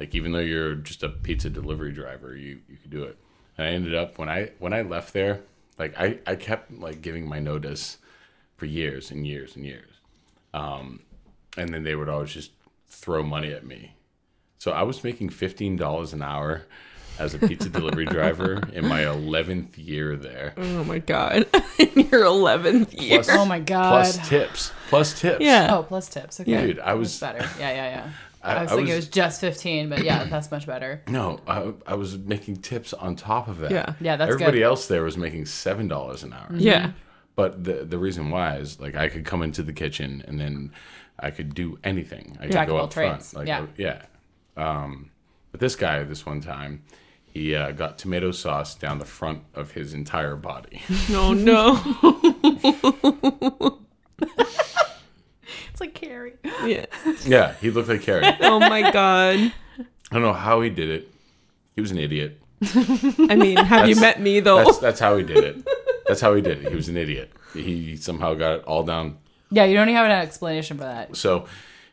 Speaker 3: Like even though you're just a pizza delivery driver, you you could do it. And I ended up when I when I left there, like I I kept like giving my notice for years and years and years, um, and then they would always just throw money at me. So I was making fifteen dollars an hour as a pizza
Speaker 1: (laughs)
Speaker 3: delivery driver in my eleventh year there.
Speaker 2: Oh my god. (laughs) in your eleventh year.
Speaker 3: Plus-
Speaker 1: Oh my god.
Speaker 3: Plus tips. Plus tips.
Speaker 2: yeah.
Speaker 1: Oh, plus tips. Okay.
Speaker 3: Dude, I was-
Speaker 1: That's better. Yeah, yeah, yeah.
Speaker 3: (laughs) I-
Speaker 1: I, was
Speaker 3: I
Speaker 1: thinking it
Speaker 3: was-
Speaker 1: was just 15, but yeah, that's much better.
Speaker 3: No, I, I was making tips on top of that.
Speaker 2: Yeah.
Speaker 1: Yeah, that's
Speaker 3: Everybody
Speaker 1: good.
Speaker 3: else there was making seven dollars an hour.
Speaker 2: Yeah.
Speaker 3: But the the reason why is like I could come into the kitchen and then I could do anything. I could
Speaker 1: Jack of
Speaker 3: go
Speaker 1: all
Speaker 3: up front.
Speaker 1: trades.
Speaker 3: Like
Speaker 1: Yeah.
Speaker 3: yeah. Um, but this guy, this one time, he uh, got tomato sauce down the front of his entire body. (laughs)
Speaker 2: No, (laughs) no.
Speaker 1: It's like Carrie.
Speaker 2: yeah.
Speaker 3: yeah, he looked like Carrie. I
Speaker 2: Oh my god.
Speaker 3: don't know how he did it. He was an idiot.
Speaker 2: I mean, have you
Speaker 3: That's-
Speaker 2: met me
Speaker 1: Oh.
Speaker 2: though?
Speaker 3: That's that's how he did it. That's how he did it. He was an idiot. He somehow got it all down.
Speaker 1: Yeah, you don't even have an explanation for that.
Speaker 3: So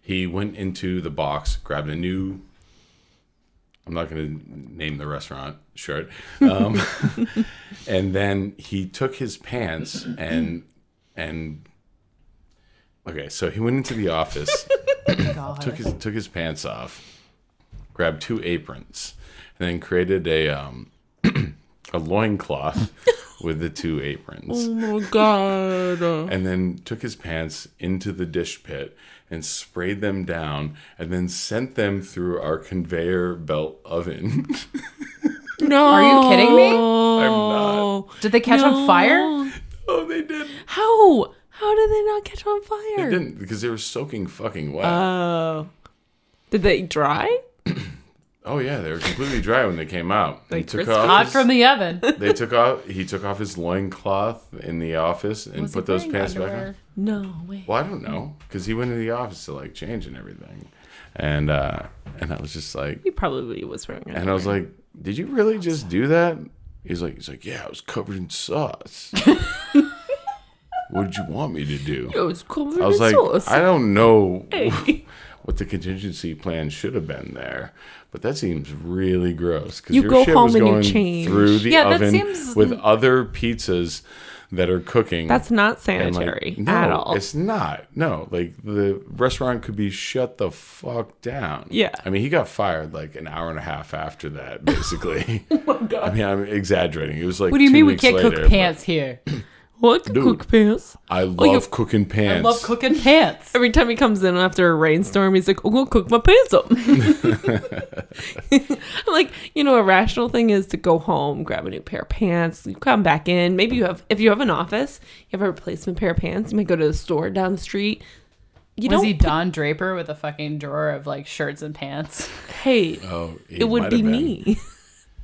Speaker 3: he went into the box, grabbed a new. I'm not going to name the restaurant shirt, um, (laughs) and then he took his pants and and. Okay, so he went into the office, took
Speaker 1: God.
Speaker 3: his took his pants off, grabbed two aprons, and then created a um, (clears throat) a loincloth with the two aprons
Speaker 2: Oh my god.
Speaker 3: and then took his pants into the dish pit and sprayed them down and then sent them through our conveyor belt oven. (laughs)
Speaker 2: No.
Speaker 1: Are you kidding me?
Speaker 2: I'm
Speaker 3: not.
Speaker 1: Did they catch on fire?
Speaker 3: oh, they did. not
Speaker 2: How? How did they not catch on
Speaker 3: They
Speaker 2: fire?
Speaker 3: didn't because they were soaking fucking wet.
Speaker 1: Uh.
Speaker 2: Oh. Did they dry?
Speaker 3: oh yeah, they were completely dry when they came out. They
Speaker 2: Like
Speaker 3: took
Speaker 2: Christmas.
Speaker 3: off
Speaker 1: Hot
Speaker 3: his-
Speaker 1: from the (laughs) oven.
Speaker 3: (laughs) they took off he took off his loincloth in the office and
Speaker 1: Was he
Speaker 3: put those
Speaker 1: wearing
Speaker 3: pants back on.
Speaker 1: underwear?
Speaker 2: No way.
Speaker 3: Well, I don't know because he went into the office to like change and everything, and uh, and I was just like,
Speaker 2: He probably was wearing it.
Speaker 3: And I was like, "Did you really just do that?" He's like, "He's like, yeah, I was covered in sauce." what did you want me to do?
Speaker 2: It was covered
Speaker 3: I was
Speaker 2: in
Speaker 3: like,
Speaker 2: sauce.
Speaker 3: "I don't know (laughs)
Speaker 2: Hey.
Speaker 3: what the contingency plan should have been there, but that seems really gross because
Speaker 2: You
Speaker 3: your
Speaker 2: go
Speaker 3: shit
Speaker 2: home
Speaker 3: was
Speaker 2: and you
Speaker 3: going
Speaker 2: change.
Speaker 3: through the
Speaker 1: Yeah, that
Speaker 3: oven
Speaker 1: seems-
Speaker 3: with other pizzas that are cooking."
Speaker 2: That's not
Speaker 3: and, like,
Speaker 2: sanitary
Speaker 3: no,
Speaker 2: at all.
Speaker 3: It's not. No, like the restaurant could be shut the fuck down.
Speaker 2: Yeah.
Speaker 3: I mean, he got fired like an hour and a half after that,
Speaker 1: (laughs)
Speaker 3: basically. I mean, I'm exaggerating. It was like
Speaker 1: Oh What do you
Speaker 3: two
Speaker 1: mean we
Speaker 3: weeks
Speaker 1: can't
Speaker 3: later,
Speaker 1: cook
Speaker 3: but
Speaker 1: pants
Speaker 3: (laughs)
Speaker 1: here?
Speaker 2: What cook pants?
Speaker 3: I love
Speaker 2: you-
Speaker 3: cooking
Speaker 1: I
Speaker 3: pants.
Speaker 1: love cooking (laughs) pants.
Speaker 2: Every time he comes in after a rainstorm, he's like, "I'm gonna cook my pants
Speaker 3: (laughs)
Speaker 2: up." (laughs) I'm like, you know, a rational thing is to go home, grab a new pair of pants, you come back in. Maybe you have, if you have an office, you have a replacement pair of pants. You might go to the store down the street. You
Speaker 1: Was
Speaker 2: don't.
Speaker 1: he Don Draper with a fucking drawer of like shirts and (laughs) pants?
Speaker 2: hey,
Speaker 3: Oh, he
Speaker 2: it would
Speaker 3: might
Speaker 2: be
Speaker 3: have been.
Speaker 2: me. (laughs)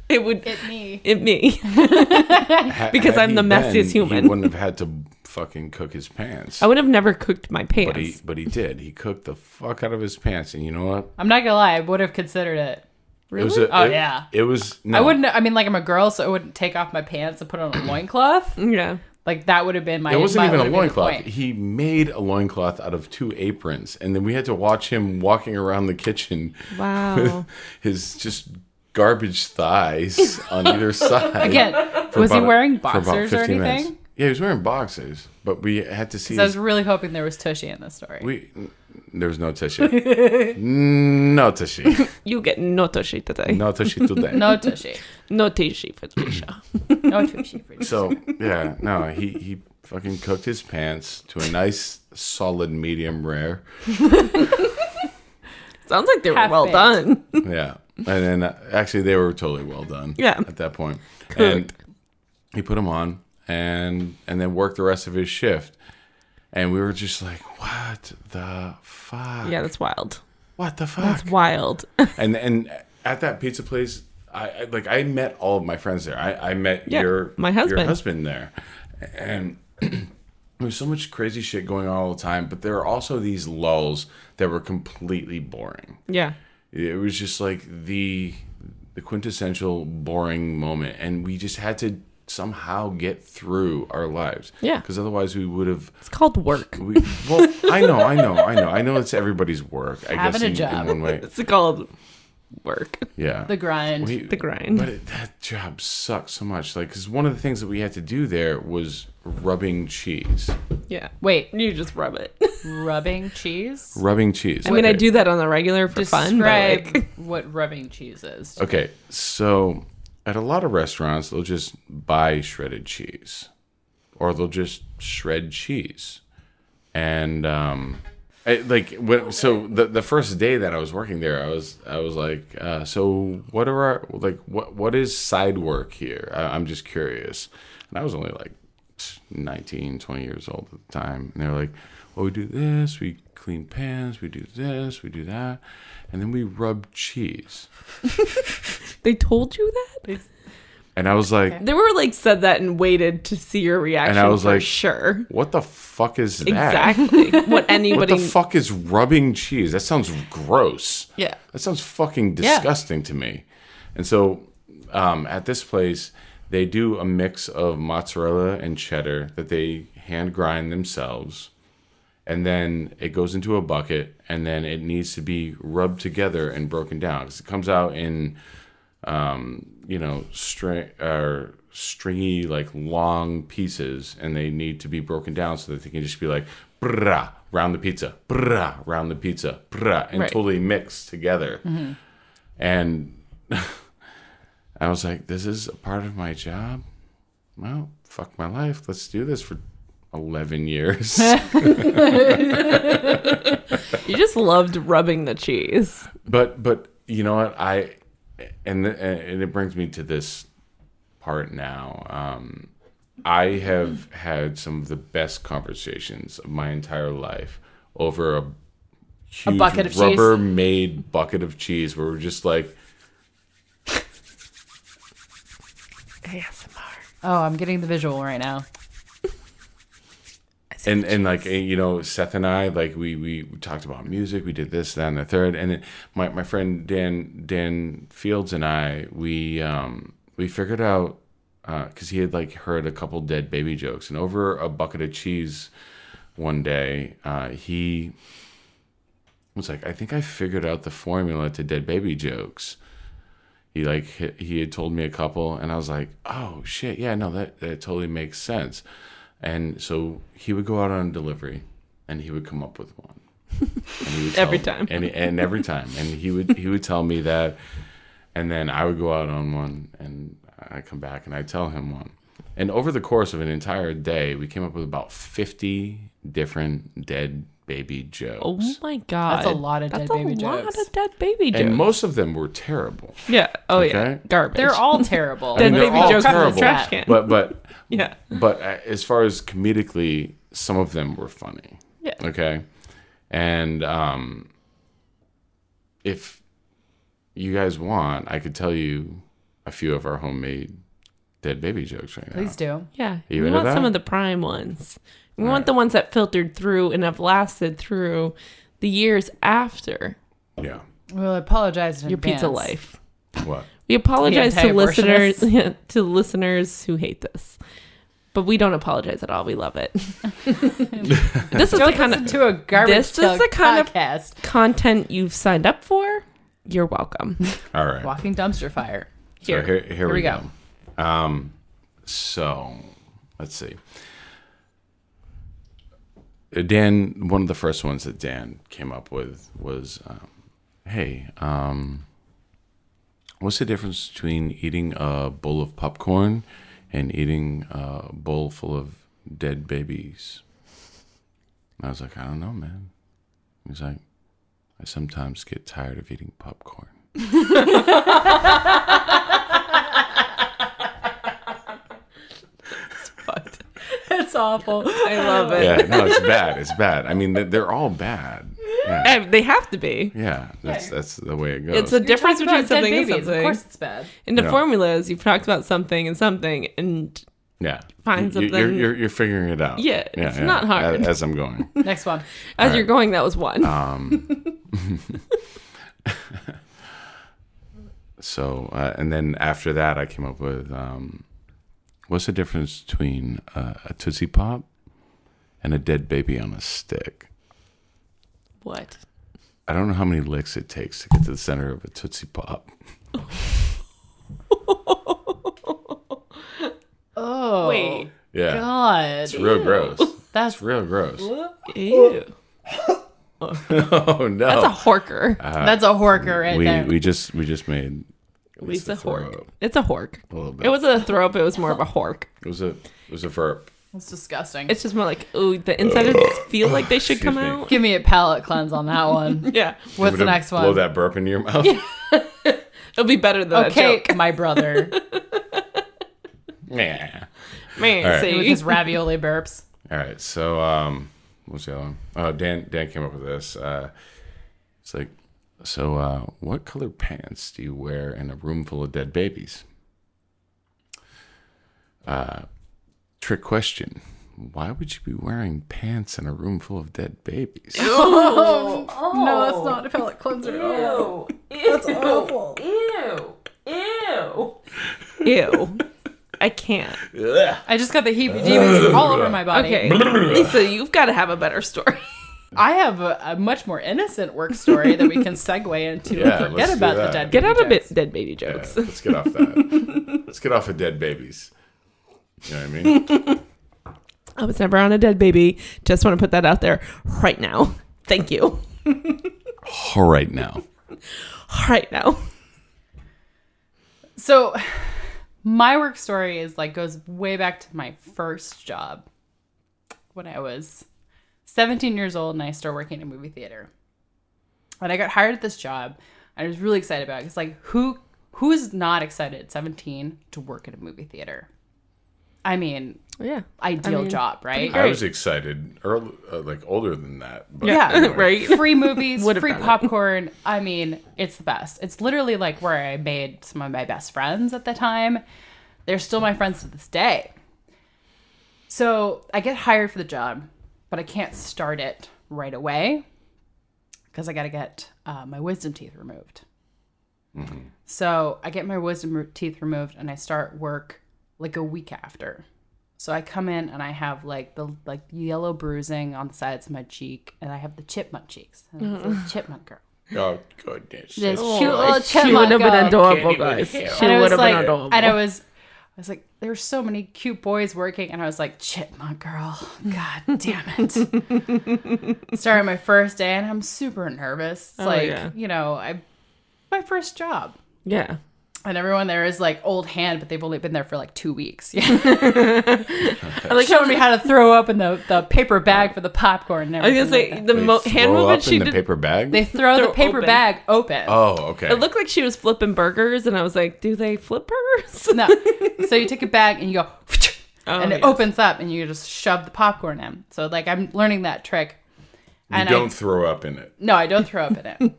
Speaker 2: it would.
Speaker 1: Hit me.
Speaker 2: It me.
Speaker 3: Ha-
Speaker 2: Because
Speaker 3: (laughs) had
Speaker 2: I'm the
Speaker 3: he
Speaker 1: (laughs)
Speaker 2: messiest
Speaker 3: been,
Speaker 2: human.
Speaker 3: He wouldn't have had to fucking cook his pants.
Speaker 2: I
Speaker 1: Oh,
Speaker 2: would have never cooked my pants.
Speaker 3: But he, but he did. He cooked the fuck out of his pants, and you know what?
Speaker 1: I'm not gonna lie, I would have considered it.
Speaker 3: It was
Speaker 2: really?
Speaker 3: a,
Speaker 1: Oh,
Speaker 3: it-
Speaker 1: yeah.
Speaker 3: It was. No,
Speaker 1: I wouldn't. I mean, like I'm a girl, so I wouldn't take off my pants and put on a (coughs) loincloth.
Speaker 2: yeah.
Speaker 1: Like that would have been my.
Speaker 3: It wasn't
Speaker 1: my-
Speaker 3: even a
Speaker 1: would've been the
Speaker 3: loincloth.
Speaker 1: point.
Speaker 3: He made a loincloth out of two aprons, and then we had to watch him walking around the kitchen (laughs)
Speaker 2: Wow.
Speaker 1: Oh.
Speaker 3: with his just
Speaker 1: (laughs)
Speaker 3: garbage thighs on either side.
Speaker 1: Again,
Speaker 3: for
Speaker 1: was he
Speaker 3: about-
Speaker 1: wearing
Speaker 3: for about
Speaker 1: boxers or
Speaker 3: 15 minutes.
Speaker 1: anything?
Speaker 3: Yeah, he was wearing boxers, but we had to see.
Speaker 1: 'Cause I was
Speaker 3: his-
Speaker 1: really hoping there was tushy in this story.
Speaker 3: we there was no tissue. no tissue.
Speaker 2: you get no toshi today. No,
Speaker 3: No tissue
Speaker 1: (laughs)
Speaker 3: today.
Speaker 1: (laughs) no tushy.
Speaker 2: toshi for Trisha.
Speaker 1: No tushy. For so,
Speaker 3: So yeah, no, he he fucking cooked his pants to a nice solid medium rare.
Speaker 2: Sounds like they were well
Speaker 1: Half-baked.
Speaker 2: done.
Speaker 3: Yeah, and then uh, actually they were totally well done.
Speaker 2: Yeah.
Speaker 3: at that point, and
Speaker 2: Correct.
Speaker 3: he put them on and and then worked the rest of his shift, and we were just like, what the fuck?
Speaker 2: yeah, that's wild.
Speaker 3: what the fuck?
Speaker 2: That's wild. (laughs)
Speaker 3: and and at that pizza place, I, I like I met all of my friends there. I, I met
Speaker 2: Yeah,
Speaker 3: your
Speaker 2: my husband.
Speaker 3: your husband there, and (clears throat) there's so much crazy shit going on all the time. But there are also these lulls that were completely boring.
Speaker 2: yeah.
Speaker 3: It was just like the the quintessential boring moment, and we just had to somehow get through our lives.
Speaker 2: Yeah.
Speaker 3: because otherwise we would have
Speaker 2: It's called work.
Speaker 3: we, well, I know, I know, I know, I know. It's everybody's work. I
Speaker 1: Having
Speaker 3: guess
Speaker 1: a
Speaker 3: in,
Speaker 1: job.
Speaker 3: in one way,
Speaker 2: It's called work.
Speaker 3: yeah.
Speaker 1: the grind.
Speaker 3: We-
Speaker 2: The grind.
Speaker 3: But it, that job sucked so much. Like, because one of the things that we had to do there was rubbing cheese.
Speaker 2: Yeah.
Speaker 1: Wait,
Speaker 2: You just rub it. (laughs)
Speaker 1: rubbing cheese.
Speaker 3: Rubbing cheese.
Speaker 2: I mean, I
Speaker 3: Okay.
Speaker 2: do that on the regular for fun. But
Speaker 1: Describe
Speaker 2: like,
Speaker 1: what rubbing cheese is.
Speaker 3: Okay, so at a lot of restaurants, they'll just buy shredded cheese, or they'll just shred cheese, and um, I, like when, so the the first day that I was working there, I was I was like, uh, so what are our like what what is side work here? I, I'm just curious, and I was only like 19, 20 years old at the time, and they're like, well, we do this, we clean pans, we do this, we do that, and then we rub cheese.
Speaker 2: (laughs) they told you that?
Speaker 3: And I was like,
Speaker 2: They were like said that and waited to see your reaction.
Speaker 3: And I was
Speaker 2: for
Speaker 3: like,
Speaker 2: sure.
Speaker 3: what the fuck is
Speaker 2: (laughs)
Speaker 3: that?
Speaker 2: Exactly. what
Speaker 3: What
Speaker 2: anybody
Speaker 3: the fuck is rubbing cheese? That sounds gross.
Speaker 1: Yeah.
Speaker 3: That sounds fucking disgusting to me. And so um, at this place, they do a mix of mozzarella and cheddar that they hand grind themselves. And then it goes into a bucket and then it needs to be rubbed together and broken down because it comes out in, um, you know, string or stringy, like long pieces and they need to be broken down so that they can just be like, brrrah, round the pizza, brrrah, round the pizza, brrrah, and
Speaker 2: Right.
Speaker 3: totally mixed together. And (laughs) I was like, this is a part of my job. Well, fuck my life. Let's do this for
Speaker 1: (laughs)
Speaker 3: 11 years.
Speaker 2: you just loved rubbing the cheese.
Speaker 3: but, but you know what? I, and, and it brings me to this part now. Um, I have had some of the best conversations of my entire life over a huge
Speaker 1: bucket of cheese?
Speaker 3: rubber made bucket of cheese where we're just like,
Speaker 2: ASMR.
Speaker 1: Oh, I'm getting the visual right now.
Speaker 3: and and like eh, you know Seth and I like we we talked about music we did this that and the third and then my, my friend Dan Dan Fields and I we um we figured out because he had like heard a couple dead baby jokes and over a bucket of cheese one day uh, he was like I think I figured out the formula to dead baby jokes he like he, he had told me a couple and i was like oh shit yeah no that, that totally makes sense and so he would go out on delivery and he would come up with one and he
Speaker 2: (laughs)
Speaker 3: would
Speaker 2: Every
Speaker 3: tell-
Speaker 2: time.
Speaker 3: and, and every time and he would he would tell me that and then i would go out on one and i come back and i tell him one and over the course of an entire day we came up with about 50 different dead baby jokes
Speaker 2: Oh my god.
Speaker 1: That's a lot of dead
Speaker 2: That's
Speaker 1: baby
Speaker 2: a lot
Speaker 1: jokes.
Speaker 2: of dead baby jokes.
Speaker 3: and most of them
Speaker 2: (laughs)
Speaker 3: were terrible
Speaker 2: yeah. Oh yeah.
Speaker 3: Okay.
Speaker 2: Garbage.
Speaker 1: They're all
Speaker 3: (laughs)
Speaker 1: terrible.
Speaker 2: dead
Speaker 3: And they're
Speaker 2: baby
Speaker 3: all
Speaker 2: jokes in
Speaker 3: terrible.
Speaker 2: the trash can.
Speaker 3: but but
Speaker 2: (laughs) yeah.
Speaker 3: but uh, as far as comedically, some of them were funny.
Speaker 2: Yeah.
Speaker 3: Okay. And um, if you guys want, I could tell you a few of our homemade dead baby jokes right now.
Speaker 1: Please do.
Speaker 2: Yeah.
Speaker 3: You
Speaker 2: we
Speaker 3: into
Speaker 2: want some
Speaker 3: that?
Speaker 2: of the prime ones. We
Speaker 3: All
Speaker 2: want
Speaker 3: right.
Speaker 2: the ones that filtered through and have lasted through the years after
Speaker 3: Yeah.
Speaker 1: We'll apologize in
Speaker 2: your pizza
Speaker 1: advance.
Speaker 2: life.
Speaker 3: What?
Speaker 2: We apologize to
Speaker 1: anti-abortionists.
Speaker 2: listeners (laughs) to listeners who hate this. But we don't apologize at all. We love it. (laughs) this is the
Speaker 1: Don't
Speaker 2: kind
Speaker 1: listen
Speaker 2: of
Speaker 1: to a garbage
Speaker 2: this is
Speaker 1: talk
Speaker 2: the kind of-
Speaker 1: podcast.
Speaker 2: content you've signed up for. You're welcome.
Speaker 3: All right.
Speaker 1: Walking dumpster fire. (laughs)
Speaker 3: So here, here, we,
Speaker 1: we
Speaker 3: go.
Speaker 1: go.
Speaker 3: Um, so let's see. Uh, Dan, one of the first ones that Dan came up with was, um, "Hey, um, what's the difference between eating a bowl of popcorn and eating a bowl full of dead babies?" And I was like, "I don't know, man." He was like, "I sometimes get tired of eating popcorn."
Speaker 1: That's awful.
Speaker 2: (laughs) I love it.
Speaker 3: yeah, no, it's bad. It's bad. I mean, they- they're all bad. Yeah,
Speaker 2: Eh, They have to be.
Speaker 3: yeah that's that's the way it goes.
Speaker 2: It's a difference between
Speaker 1: dead
Speaker 2: something and
Speaker 1: babies. Of
Speaker 2: something.
Speaker 1: course, it's bad.
Speaker 2: In the
Speaker 3: Yeah.
Speaker 2: formulas, you've talked about something and something, and
Speaker 3: yeah.
Speaker 2: find
Speaker 3: You- You're,
Speaker 2: something-
Speaker 3: you're, you're figuring it out.
Speaker 2: Yeah, it's not hard.
Speaker 3: As, as I'm going.
Speaker 1: Next one.
Speaker 2: as
Speaker 3: All
Speaker 2: you're going, that was one.
Speaker 3: uh, So, uh, and then after that, I came up with um, what's the difference between uh, a Tootsie Pop and a dead baby on a stick?
Speaker 2: what?
Speaker 3: I don't know how many licks it takes to get to the center of a Tootsie Pop.
Speaker 1: (laughs) Oh
Speaker 2: (laughs) Wait.
Speaker 3: Yeah.
Speaker 1: God,
Speaker 3: It's real gross. It's
Speaker 1: that's
Speaker 3: real gross. (laughs)
Speaker 2: Ew.
Speaker 3: Oh, no. Uh,
Speaker 2: That's a horker.
Speaker 1: that's a horker right
Speaker 3: we,
Speaker 1: there.
Speaker 3: we just we just made
Speaker 2: Lisa
Speaker 3: throw
Speaker 2: hork.
Speaker 3: up.
Speaker 2: It's a hork.
Speaker 3: a little bit.
Speaker 2: It wasn't a throw up. It was more of a hork.
Speaker 3: It was a it was a verb.
Speaker 1: That's disgusting.
Speaker 2: It's just more like, ooh, the insiders feel like they should
Speaker 3: Excuse
Speaker 2: come
Speaker 3: me.
Speaker 2: out.
Speaker 1: Give me a palate cleanse on that
Speaker 3: (laughs)
Speaker 1: one.
Speaker 2: Yeah.
Speaker 1: What's the
Speaker 3: Would it
Speaker 1: next
Speaker 3: Blow
Speaker 1: one?
Speaker 3: that burp into your mouth. (laughs)
Speaker 2: It'll be better than
Speaker 1: okay,
Speaker 2: that joke.
Speaker 1: my
Speaker 3: (laughs)
Speaker 1: brother
Speaker 3: Yeah.
Speaker 2: Man,
Speaker 3: All right.
Speaker 1: with
Speaker 2: see.
Speaker 1: his ravioli burps.
Speaker 3: All right. So um, what's the other one? Oh, Dan Dan came up with this. Uh, it's like, so uh, what color pants do you wear in a room full of dead babies? Uh, trick question. Why would you be wearing pants in a room full of
Speaker 1: (laughs)
Speaker 3: dead babies? (laughs)
Speaker 1: Oh, no, that's not a palate cleanser.
Speaker 2: Ew. That's awful. Ew. Ew. Ew. I can't.
Speaker 1: I just got the
Speaker 3: (laughs)
Speaker 1: heebie-jeebies all over my body.
Speaker 2: Okay. (laughs) Lisa, you've got to have a better story.
Speaker 1: I have a, a much more innocent work story that we can segue into
Speaker 3: Yeah,
Speaker 1: and
Speaker 3: let's
Speaker 1: forget
Speaker 3: do
Speaker 1: about the
Speaker 3: that.
Speaker 1: dead.
Speaker 2: Get out
Speaker 1: baby
Speaker 2: of bit dead baby
Speaker 3: Yeah,
Speaker 2: jokes.
Speaker 3: let's get
Speaker 1: (laughs)
Speaker 3: off that. let's get off of dead babies. You know what I mean?
Speaker 2: I was never on a dead baby. Just want to put that out there right now. Thank you.
Speaker 3: All right now.
Speaker 2: Right now.
Speaker 1: jokes. So, (sighs) my work story is like goes way back to my first job when I was 17 years old and I started working in a movie theater. When I got hired at this job, I was really excited about it because like who who is not excited at 17 to work at a movie theater? I mean,
Speaker 2: Yeah.
Speaker 1: ideal
Speaker 2: mean,
Speaker 1: job, right?
Speaker 3: I was excited, early, uh, like older than that. But
Speaker 1: Yeah.
Speaker 2: (laughs)
Speaker 3: anyway.
Speaker 2: (laughs)
Speaker 1: (laughs)
Speaker 2: Right?
Speaker 1: free movies,
Speaker 2: Would've
Speaker 1: free
Speaker 2: done it.
Speaker 1: popcorn. I mean, it's the best. It's literally like where I made some of my best friends at the time. They're still my friends to this day. So I get hired for the job, but I can't start it right away because I got to get uh, my wisdom teeth removed.
Speaker 2: Mm-hmm.
Speaker 1: So I get my wisdom re- teeth removed and I start work like a week after. So I come in and I have like the like yellow bruising on the sides of my cheek, and I have the chipmunk cheeks. And it's a
Speaker 2: Mm-hmm.
Speaker 1: little chipmunk
Speaker 2: (laughs)
Speaker 1: girl.
Speaker 3: Oh goodness.
Speaker 1: This
Speaker 3: Oh,
Speaker 1: cute little
Speaker 2: She would
Speaker 1: chipmunk
Speaker 2: have been
Speaker 1: girl.
Speaker 2: adorable,
Speaker 3: even
Speaker 2: guys. She
Speaker 3: hear.
Speaker 1: And I was
Speaker 2: would have been
Speaker 1: like,
Speaker 2: adorable.
Speaker 1: and I was, I was like, there were so many cute boys working, and I was like, chipmunk girl,
Speaker 2: (laughs)
Speaker 1: god damn it. Started my first day, and I'm super nervous. It's
Speaker 2: Oh,
Speaker 1: like
Speaker 2: yeah.
Speaker 1: you know, I my first job.
Speaker 2: yeah.
Speaker 1: And everyone there is like old hand, but they've only been there for like two
Speaker 2: (laughs)
Speaker 1: weeks. (laughs) Yeah. like showing me how to throw up in the, the paper bag for the popcorn and
Speaker 2: I was
Speaker 1: everything. like
Speaker 2: going to say,
Speaker 1: that.
Speaker 2: the
Speaker 3: They
Speaker 2: mo-
Speaker 3: throw
Speaker 2: hand
Speaker 3: up
Speaker 2: movement
Speaker 3: in
Speaker 2: she
Speaker 3: the
Speaker 2: did.
Speaker 3: paper
Speaker 2: (laughs)
Speaker 3: bag.
Speaker 1: they throw the
Speaker 2: they're
Speaker 1: paper
Speaker 2: open.
Speaker 1: bag open.
Speaker 3: oh, okay.
Speaker 2: It looked like she was flipping burgers, and I was like, "Do they flip burgers?" (laughs)
Speaker 1: No. so you take a bag and you go, and it
Speaker 2: Oh, yes.
Speaker 1: opens up, and you just shove the popcorn in. So like I'm learning that trick.
Speaker 3: you
Speaker 1: And
Speaker 3: don't
Speaker 1: I,
Speaker 3: throw up in it. (laughs)
Speaker 1: no, I don't throw up in it.
Speaker 2: And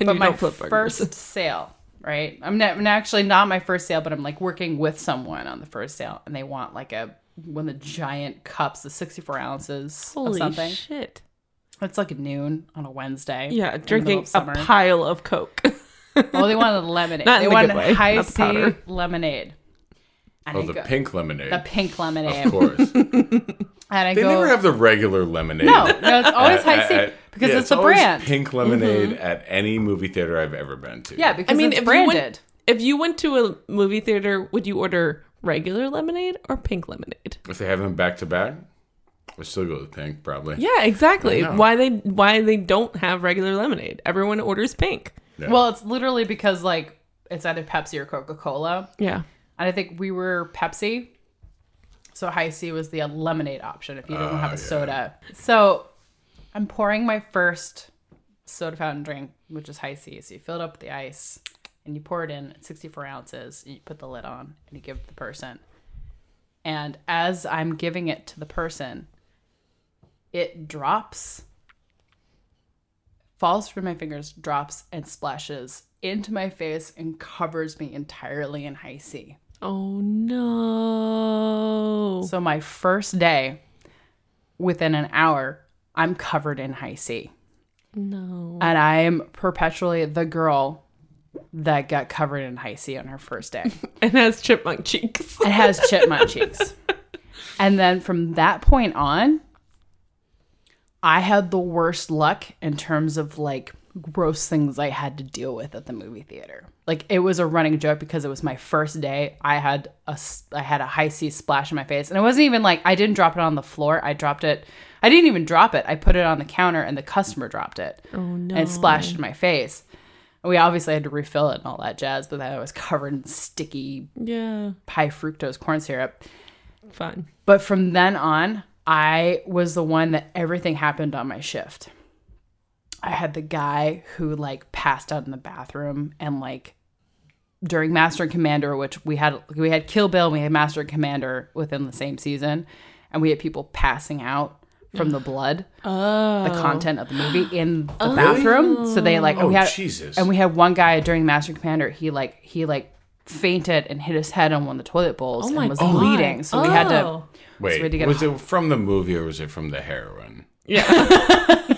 Speaker 1: but
Speaker 2: you
Speaker 1: my
Speaker 2: (laughs) don't flip burgers.
Speaker 1: first sale, right? I'm not, I'm actually not my first sale, but I'm like working with someone on the first sale, and they want like a one of the giant cups, the 64 ounces of
Speaker 2: Holy
Speaker 1: something.
Speaker 2: shit.
Speaker 1: It's like noon on a Wednesday. in the middle
Speaker 2: Yeah,
Speaker 1: of
Speaker 2: drinking a
Speaker 1: summer.
Speaker 2: pile of Coke. (laughs)
Speaker 1: Oh, they wanted lemonade.
Speaker 2: Not in
Speaker 1: they
Speaker 2: the
Speaker 1: wanted
Speaker 2: good way, not
Speaker 1: high
Speaker 2: the powder.
Speaker 1: C lemonade. And
Speaker 3: Oh,
Speaker 1: I
Speaker 3: the
Speaker 1: go-
Speaker 3: pink lemonade.
Speaker 1: the pink lemonade. (laughs)
Speaker 3: of course. they
Speaker 1: And I go,
Speaker 3: never have the regular lemonade.
Speaker 1: no, no, it's always
Speaker 3: At-
Speaker 1: high
Speaker 3: at-
Speaker 1: C
Speaker 3: at-
Speaker 1: because
Speaker 3: yeah,
Speaker 1: it's, the
Speaker 3: always
Speaker 1: brand. Mm-hmm.
Speaker 3: Pink lemonade at any movie theater I've ever been to.
Speaker 1: Yeah, because
Speaker 2: I mean,
Speaker 1: it's
Speaker 2: if you,
Speaker 1: branded.
Speaker 2: went, if you went to a movie theater, would you order regular lemonade or pink lemonade?
Speaker 3: If they have them back to back, I still go with pink probably.
Speaker 2: Yeah, exactly.
Speaker 3: I know.
Speaker 2: Why they why they don't have regular lemonade? Everyone orders pink.
Speaker 3: Yeah.
Speaker 1: Well, it's literally because like it's either Pepsi or Coca Cola,
Speaker 2: Yeah.
Speaker 1: and I think we were Pepsi, so high C was the lemonade option if you didn't have a soda. So I'm pouring my first soda fountain drink, which is high C. So you fill it up with the ice and you pour it in at 64 ounces, and you put the lid on and you give it to the person. And as I'm giving it to the person, it drops falls from my fingers, drops, and splashes into my face and covers me entirely in high C.
Speaker 2: Oh no.
Speaker 1: So, my first day, within an hour, I'm covered in high C.
Speaker 2: No.
Speaker 1: And I am perpetually the girl that got covered in high C on her first day.
Speaker 2: It has chipmunk cheeks.
Speaker 1: It has chipmunk cheeks. And then from that point on, I had the worst luck in terms of like gross things I had to deal with at the movie theater. Like it was a running joke because it was my first day. I had a s- I had a high C splash in my face, and it wasn't even like I didn't drop it on the floor. I dropped it. I didn't even drop it. I put it on the counter, and the customer dropped it. Oh no! And it splashed in my face. And We obviously had to refill it and all that jazz, but I was covered in sticky
Speaker 2: Yeah.
Speaker 1: high fructose corn syrup.
Speaker 2: Fun.
Speaker 1: But from then on, I was the one that everything happened on my shift. I had the guy who like passed out in the bathroom and like during Master and Commander, which we had we had Kill Bill, and we had Master and Commander within the same season, and we had people passing out from the blood,
Speaker 2: Oh.
Speaker 1: the content of the movie in the bathroom. So they like and
Speaker 3: Oh
Speaker 1: we had
Speaker 3: Jesus.
Speaker 1: and we had one guy during Master and Commander, he like he like fainted and hit his head on one of the toilet
Speaker 2: Oh
Speaker 1: bowls
Speaker 3: Oh
Speaker 1: and was bleeding. So we had to
Speaker 3: Wait,
Speaker 1: we had to get-
Speaker 3: was it from the movie or was it from the heroin?
Speaker 1: (laughs)
Speaker 2: Yeah.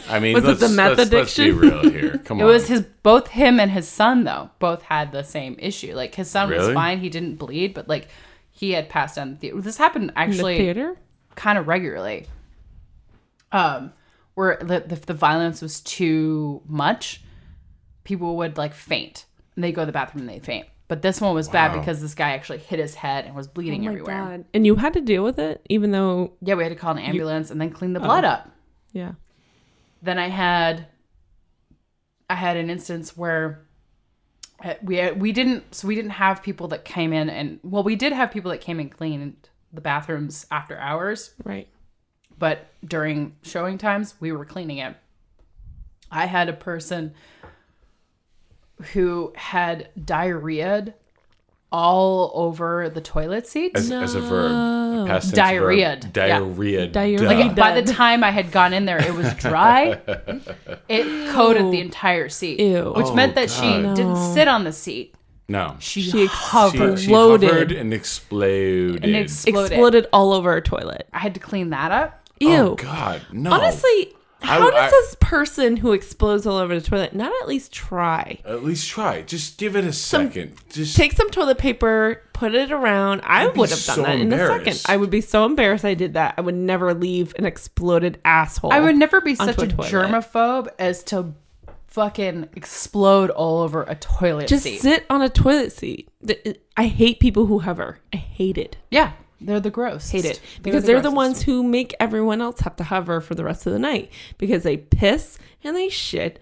Speaker 3: I mean,
Speaker 2: Was it
Speaker 3: let's,
Speaker 2: the meth
Speaker 3: let's, let's be
Speaker 2: addiction?
Speaker 1: (laughs)
Speaker 3: real here. Come
Speaker 1: It
Speaker 3: on.
Speaker 1: was his both him and his son though both had the same issue. Like his son was
Speaker 3: Really?
Speaker 1: fine, he didn't bleed, but like he had passed on. The- this happened
Speaker 2: In the
Speaker 1: actually
Speaker 2: theater?
Speaker 1: kind of regularly. Um, where the, the the violence was too much, people would like faint. And they go to the bathroom and they faint. But this one was bad
Speaker 3: Wow.
Speaker 1: because this guy actually hit his head and was
Speaker 2: Oh
Speaker 1: bleeding everywhere.
Speaker 2: And you had to deal with it even though
Speaker 1: Yeah, we had to call an ambulance and then clean the blood up.
Speaker 2: yeah.
Speaker 1: then I had I had an instance where uh, we we didn't so we didn't have people that came in and well we did have people that came and cleaned the bathrooms after hours
Speaker 2: Right.
Speaker 1: but during showing times we were cleaning it i had a person who had diarrhea all over the toilet seat
Speaker 3: as, as a verb. a past tense verb.
Speaker 1: Diarrhea'd. Yeah.
Speaker 3: Diarrhea.
Speaker 2: Diarrhea.
Speaker 3: duh.
Speaker 2: Like,
Speaker 1: by the time i had gone in there it was dry it coated the entire seat
Speaker 2: Ew.
Speaker 1: which
Speaker 3: Oh,
Speaker 1: meant that she
Speaker 3: God.
Speaker 1: didn't sit on the seat.
Speaker 3: no. She,
Speaker 1: She,
Speaker 2: She
Speaker 1: hovered
Speaker 3: she
Speaker 2: Exploded.
Speaker 3: hovered and exploded.
Speaker 1: and exploded.
Speaker 2: exploded. all over a toilet.
Speaker 1: I had to clean that up.
Speaker 2: Ew.
Speaker 3: Oh God, no.
Speaker 2: Honestly,
Speaker 3: I-
Speaker 2: how does
Speaker 3: I-
Speaker 2: this person who explodes all over the toilet not at least try?
Speaker 3: at least try. Just give it a second. Just
Speaker 2: Take some toilet paper, put it around. I
Speaker 3: be
Speaker 2: would have done
Speaker 3: so
Speaker 2: that in a second.
Speaker 3: embarrassed.
Speaker 2: I would be so embarrassed I did that. I would never leave an exploded asshole.
Speaker 1: I would never be such
Speaker 2: Onto
Speaker 1: a,
Speaker 2: a toilet.
Speaker 1: germaphobe as to fucking explode all over a toilet
Speaker 2: just
Speaker 1: seat.
Speaker 2: sit on a toilet seat. Th- I hate people who hover. I hate it.
Speaker 1: Yeah, they're the gross.
Speaker 2: Hate it because they're the ones who make everyone else have to hover for the rest of the night because they piss and they shit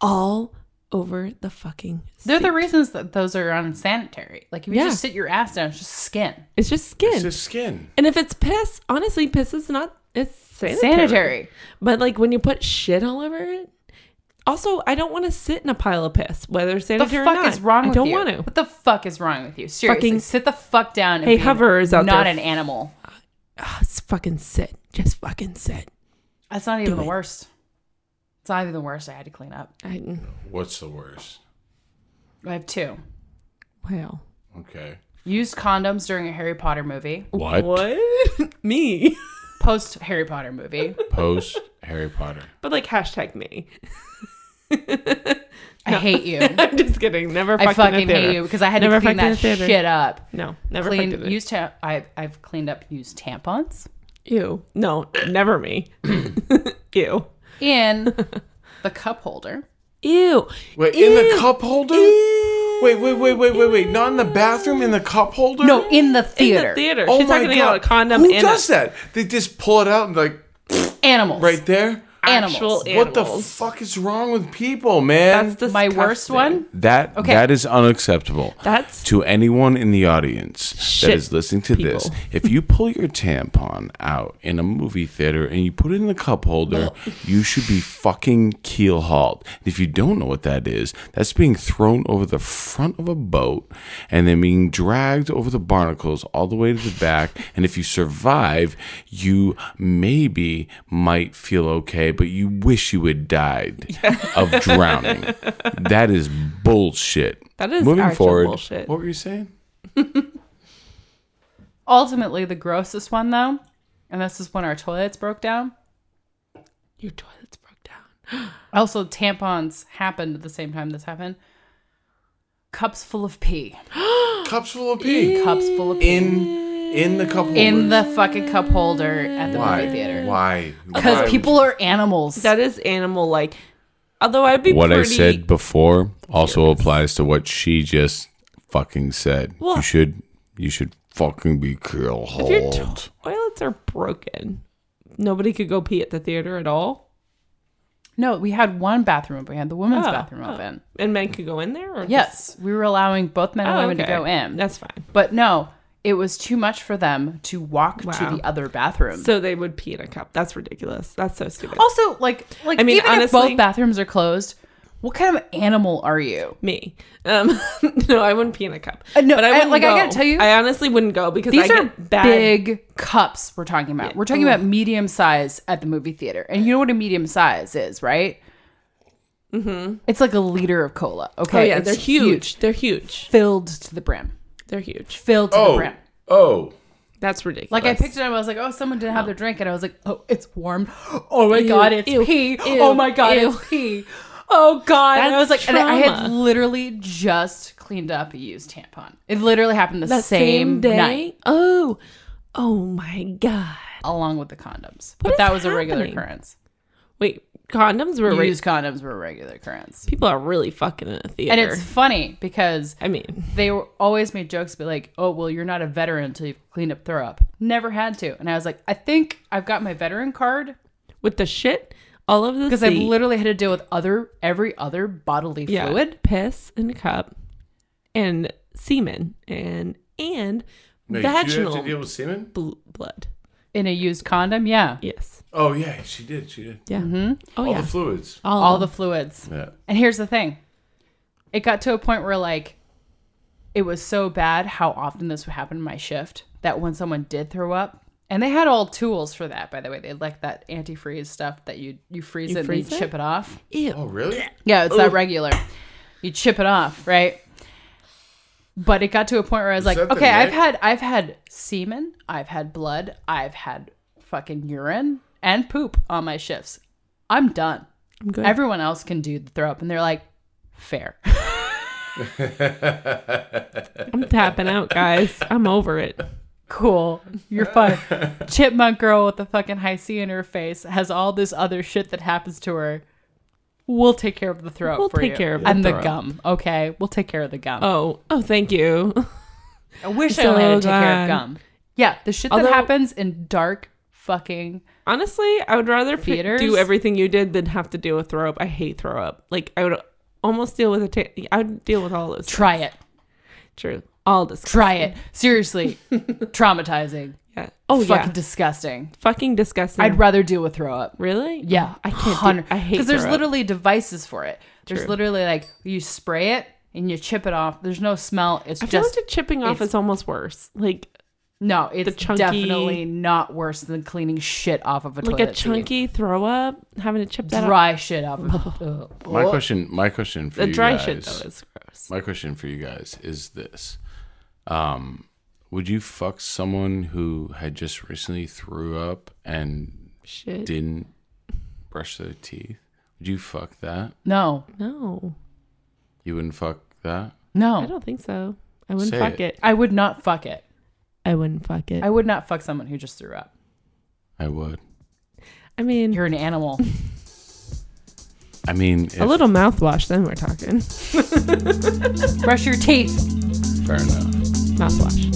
Speaker 2: all over the fucking.
Speaker 1: They're
Speaker 2: seat.
Speaker 1: the reasons that those are unsanitary. Like if you
Speaker 2: Yeah.
Speaker 1: just sit your ass down, it's just skin.
Speaker 2: It's just skin.
Speaker 3: it's just skin.
Speaker 2: And if it's piss, honestly, piss is not it's sanitary.
Speaker 1: Sanitary.
Speaker 2: But like when you put shit all over it. Also, I don't want to sit in a pile of piss, whether
Speaker 1: The
Speaker 2: sanitary or
Speaker 1: fuck
Speaker 2: not.
Speaker 1: is wrong
Speaker 2: I
Speaker 1: with
Speaker 2: don't
Speaker 1: you?
Speaker 2: want to.
Speaker 1: What the fuck is wrong with you? Seriously,
Speaker 2: Fucking-
Speaker 1: sit the fuck down. And
Speaker 2: Hey,
Speaker 1: be
Speaker 2: hoverers out
Speaker 1: not
Speaker 2: there.
Speaker 1: an animal.
Speaker 2: Ah, s- fucking sit. Just fucking sit.
Speaker 1: That's not even
Speaker 2: Do
Speaker 1: the
Speaker 2: it.
Speaker 1: worst. It's not even the worst. I had to clean up.
Speaker 2: I,
Speaker 3: What's the worst?
Speaker 1: I have two.
Speaker 2: Wow.
Speaker 3: Okay.
Speaker 1: Used condoms during a Harry Potter movie.
Speaker 3: What?
Speaker 2: What? (laughs) me.
Speaker 1: Post Harry Potter movie.
Speaker 3: Post Harry Potter.
Speaker 2: But like hashtag me. (laughs)
Speaker 1: I hate you.
Speaker 2: I'm just kidding. Never fucked
Speaker 1: I fucking
Speaker 2: in a theater.
Speaker 1: hate you because I had to
Speaker 2: Never
Speaker 1: clean
Speaker 2: fucked in a
Speaker 1: that
Speaker 2: theater.
Speaker 1: shit up.
Speaker 2: No, never fucked in
Speaker 1: Clean
Speaker 2: a-
Speaker 1: used ta- I I've cleaned up used tampons
Speaker 2: Ew. No, (coughs) never me. Ew. (laughs)
Speaker 1: in the cup holder.
Speaker 2: Ew.
Speaker 3: Wait, in the cup holder? Wait, wait, wait, wait, wait, wait. Not in the bathroom, in the cup holder? Oh
Speaker 1: No, in the theater.
Speaker 2: The theater. She's talking about a condom
Speaker 3: Who
Speaker 2: and
Speaker 3: does
Speaker 2: a
Speaker 3: that? They just pull it out and like
Speaker 1: Animals.
Speaker 3: right there.
Speaker 1: Animals.
Speaker 2: actual
Speaker 3: What the
Speaker 2: animals.
Speaker 3: fuck is wrong with people, man?
Speaker 2: That's
Speaker 1: My worst
Speaker 2: disgusting.
Speaker 1: one.
Speaker 3: that
Speaker 1: Okay.
Speaker 3: that is unacceptable.
Speaker 2: That's-
Speaker 3: to anyone in the audience that
Speaker 2: Shit,
Speaker 3: is listening to this.
Speaker 2: people.
Speaker 3: If you pull your tampon out in a movie theater and you put it in the cup holder,
Speaker 2: (laughs)
Speaker 3: you should be fucking keel hauled. If you don't know what that is, that's being thrown over the front of a boat and then being dragged over the barnacles all the way to the back. And if you survive, you maybe might feel okay, but you wish you had died of drowning. That is bullshit.
Speaker 2: That is
Speaker 3: moving
Speaker 2: actual
Speaker 3: forward.
Speaker 2: bullshit.
Speaker 3: What were you saying?
Speaker 1: Ultimately, the grossest one though, and this is when our toilets broke down.
Speaker 2: Your toilet's broke down.
Speaker 1: Also, tampons happened at the same time this happened. Cups full of pee.
Speaker 3: Cups full of pee.
Speaker 1: Cups full of pee.
Speaker 3: in in the cup holder.
Speaker 1: In the fucking cup holder at the
Speaker 3: Why?
Speaker 1: movie theater.
Speaker 3: Why? Why
Speaker 1: Because people are animals.
Speaker 2: That is animal like. Although I'd be
Speaker 3: What I
Speaker 2: pretty,
Speaker 3: said before also applies to what she just fucking said.
Speaker 2: Well-
Speaker 3: You should you should fucking be careful.
Speaker 2: If your to- toilets are broken, nobody could go pee at the theater at all,
Speaker 1: no, we had one bathroom open. We had the women's
Speaker 2: Oh,
Speaker 1: bathroom
Speaker 2: oh.
Speaker 1: open.
Speaker 2: and men could go in there. Or
Speaker 1: Yes, we were allowing both men
Speaker 2: just-
Speaker 1: and
Speaker 2: Oh,
Speaker 1: women
Speaker 2: okay.
Speaker 1: to go in.
Speaker 2: That's fine.
Speaker 1: But no, it was too much for them to walk to
Speaker 2: Wow.
Speaker 1: the other bathroom.
Speaker 2: So they would pee in a cup. That's ridiculous. That's so
Speaker 3: Oh,
Speaker 2: stupid.
Speaker 1: also, like, like
Speaker 2: I mean,
Speaker 1: even if
Speaker 2: honestly-
Speaker 1: both bathrooms are closed, what kind of animal are you?
Speaker 2: me. Um, (laughs) no, I wouldn't pee in a cup.
Speaker 1: Uh, no,
Speaker 2: but I
Speaker 1: I-
Speaker 2: wouldn't
Speaker 1: like, I
Speaker 2: go.
Speaker 1: gotta tell you-
Speaker 2: I honestly wouldn't go because
Speaker 1: These
Speaker 2: I
Speaker 1: are
Speaker 2: get bad.
Speaker 1: big cups we're talking about. We're talking about medium size at the movie theater, and you know what a medium size is, right? Mm-hmm. It's like a liter of cola. Okay,
Speaker 2: Oh yeah,
Speaker 1: It's
Speaker 2: they're huge. They're huge.
Speaker 1: filled to the brim,
Speaker 2: They're huge.
Speaker 1: filled to the
Speaker 3: Oh,
Speaker 1: brim.
Speaker 3: oh.
Speaker 2: That's ridiculous.
Speaker 1: Like I picked it up, I was like, "Oh, someone didn't have their drink," and I was like, "Oh, it's warm. (gasps) Oh my god, it's
Speaker 2: ew,
Speaker 1: pee.
Speaker 2: ew,
Speaker 1: oh my god,
Speaker 2: ew."
Speaker 1: it's pee. Oh god." and I
Speaker 2: That's
Speaker 1: was like, and I had
Speaker 2: trauma.
Speaker 1: literally just cleaned up a used tampon. It literally happened the
Speaker 2: that
Speaker 1: same, night,
Speaker 2: Oh, oh my god.
Speaker 1: along with the condoms.
Speaker 2: is
Speaker 1: but that was a regular
Speaker 2: happening?
Speaker 1: occurrence.
Speaker 2: Wait, condoms were ra-
Speaker 1: Used condoms were a regular occurrence,
Speaker 2: people are really fucking in a theater.
Speaker 1: and it's funny because
Speaker 2: I mean,
Speaker 1: they were always made jokes, be like, "Oh, well, you're not a veteran until you've cleaned up throw up." Never had to, and I was like, "I think I've got my veteran card."
Speaker 2: with the shit, all of the
Speaker 1: Because I've
Speaker 2: seat-
Speaker 1: literally had to deal with other every other bodily
Speaker 2: yeah,
Speaker 1: fluid.
Speaker 2: piss in a cup, and semen, and and vaginal
Speaker 3: with semen?
Speaker 2: bl- blood.
Speaker 1: In a used condom, yeah.
Speaker 2: Yes.
Speaker 3: Oh yeah, she did. She did.
Speaker 2: Yeah.
Speaker 1: Mm-hmm.
Speaker 2: Oh yeah.
Speaker 3: fluids.
Speaker 1: All the fluids.
Speaker 3: Yeah.
Speaker 1: And here's the thing. It got to a point where like it was so bad how often this would happen in my shift that when someone did throw up, and they had all tools for that, by the way. They had like that antifreeze stuff that you you freeze it
Speaker 2: freeze
Speaker 1: and you
Speaker 2: it?
Speaker 1: chip it off.
Speaker 2: Ew.
Speaker 3: Oh really?
Speaker 1: Yeah, it's that regular. You chip it off, right? But it got to a point where I was like,
Speaker 3: that the
Speaker 1: okay, I've
Speaker 3: neck?
Speaker 1: had I've had semen, I've had blood, I've had fucking urine and poop on my shifts. I'm done.
Speaker 2: I'm good.
Speaker 1: Everyone else can do the throw up and they're like,
Speaker 2: (laughs)
Speaker 1: fair.
Speaker 2: I'm tapping out, guys. I'm over it.
Speaker 1: Cool. You're
Speaker 2: (laughs)
Speaker 1: fine. Chipmunk girl with the fucking high C in her face has all this other shit that happens to her. We'll take care of the throw up
Speaker 2: We'll
Speaker 1: for
Speaker 2: take
Speaker 1: you.
Speaker 2: care of the
Speaker 1: and the
Speaker 2: throw up.
Speaker 1: gum. Okay. We'll take care of the gum.
Speaker 2: Oh, oh, thank you.
Speaker 1: I wish I
Speaker 2: So
Speaker 1: only had to take care
Speaker 2: glad.
Speaker 1: of gum. Yeah, the shit
Speaker 2: Although-
Speaker 1: that happens in dark fucking.
Speaker 2: Honestly, I would rather pick-
Speaker 1: Theaters?
Speaker 2: do everything you did than have to deal with throw up. I hate throw up. Like I would almost deal with a. Ta- I would deal with all those.
Speaker 1: Try it.
Speaker 2: True. All this.
Speaker 1: Try it.
Speaker 2: (laughs)
Speaker 1: Seriously, traumatizing.
Speaker 2: Yeah. Oh
Speaker 1: fucking
Speaker 2: yeah.
Speaker 1: disgusting.
Speaker 2: fucking disgusting.
Speaker 1: I'd rather deal with throw up.
Speaker 2: really?
Speaker 1: Yeah,
Speaker 2: I can't do- I hate
Speaker 1: because there's
Speaker 2: throw up.
Speaker 1: literally devices for it. There's
Speaker 2: True.
Speaker 1: literally like you spray it and you chip it off. There's no smell. It's
Speaker 2: I feel
Speaker 1: just
Speaker 2: like the chipping off
Speaker 1: it's-
Speaker 2: is almost worse. Like
Speaker 1: No, it's
Speaker 2: chunky-
Speaker 1: definitely not worse than cleaning shit off of a
Speaker 2: Like
Speaker 1: toilet
Speaker 2: a
Speaker 1: seat.
Speaker 2: chunky throw up, having to chip that out.
Speaker 1: dry shit off
Speaker 2: (laughs)
Speaker 1: of a
Speaker 3: My question, my question for
Speaker 2: The
Speaker 3: you
Speaker 2: dry
Speaker 3: guys,
Speaker 2: shit though is gross.
Speaker 3: my question for you guys is this: um, Would you fuck someone who had just recently threw up and
Speaker 2: Shit.
Speaker 3: didn't brush their teeth? Would you fuck that?
Speaker 1: No,
Speaker 2: No,
Speaker 3: You wouldn't fuck that.
Speaker 2: I
Speaker 1: no,
Speaker 2: don't think so. I wouldn't
Speaker 3: Say
Speaker 2: fuck it.
Speaker 1: I would not fuck it.
Speaker 2: I wouldn't fuck it.
Speaker 1: I
Speaker 2: I,
Speaker 1: would not fuck someone who just threw up.
Speaker 3: I would.
Speaker 2: mean,
Speaker 1: You're an animal.
Speaker 3: I mean, if,
Speaker 2: a little mouthwash, then we're talking. (laughs)
Speaker 1: Brush your teeth.
Speaker 3: Fair enough.
Speaker 2: Mouthwash.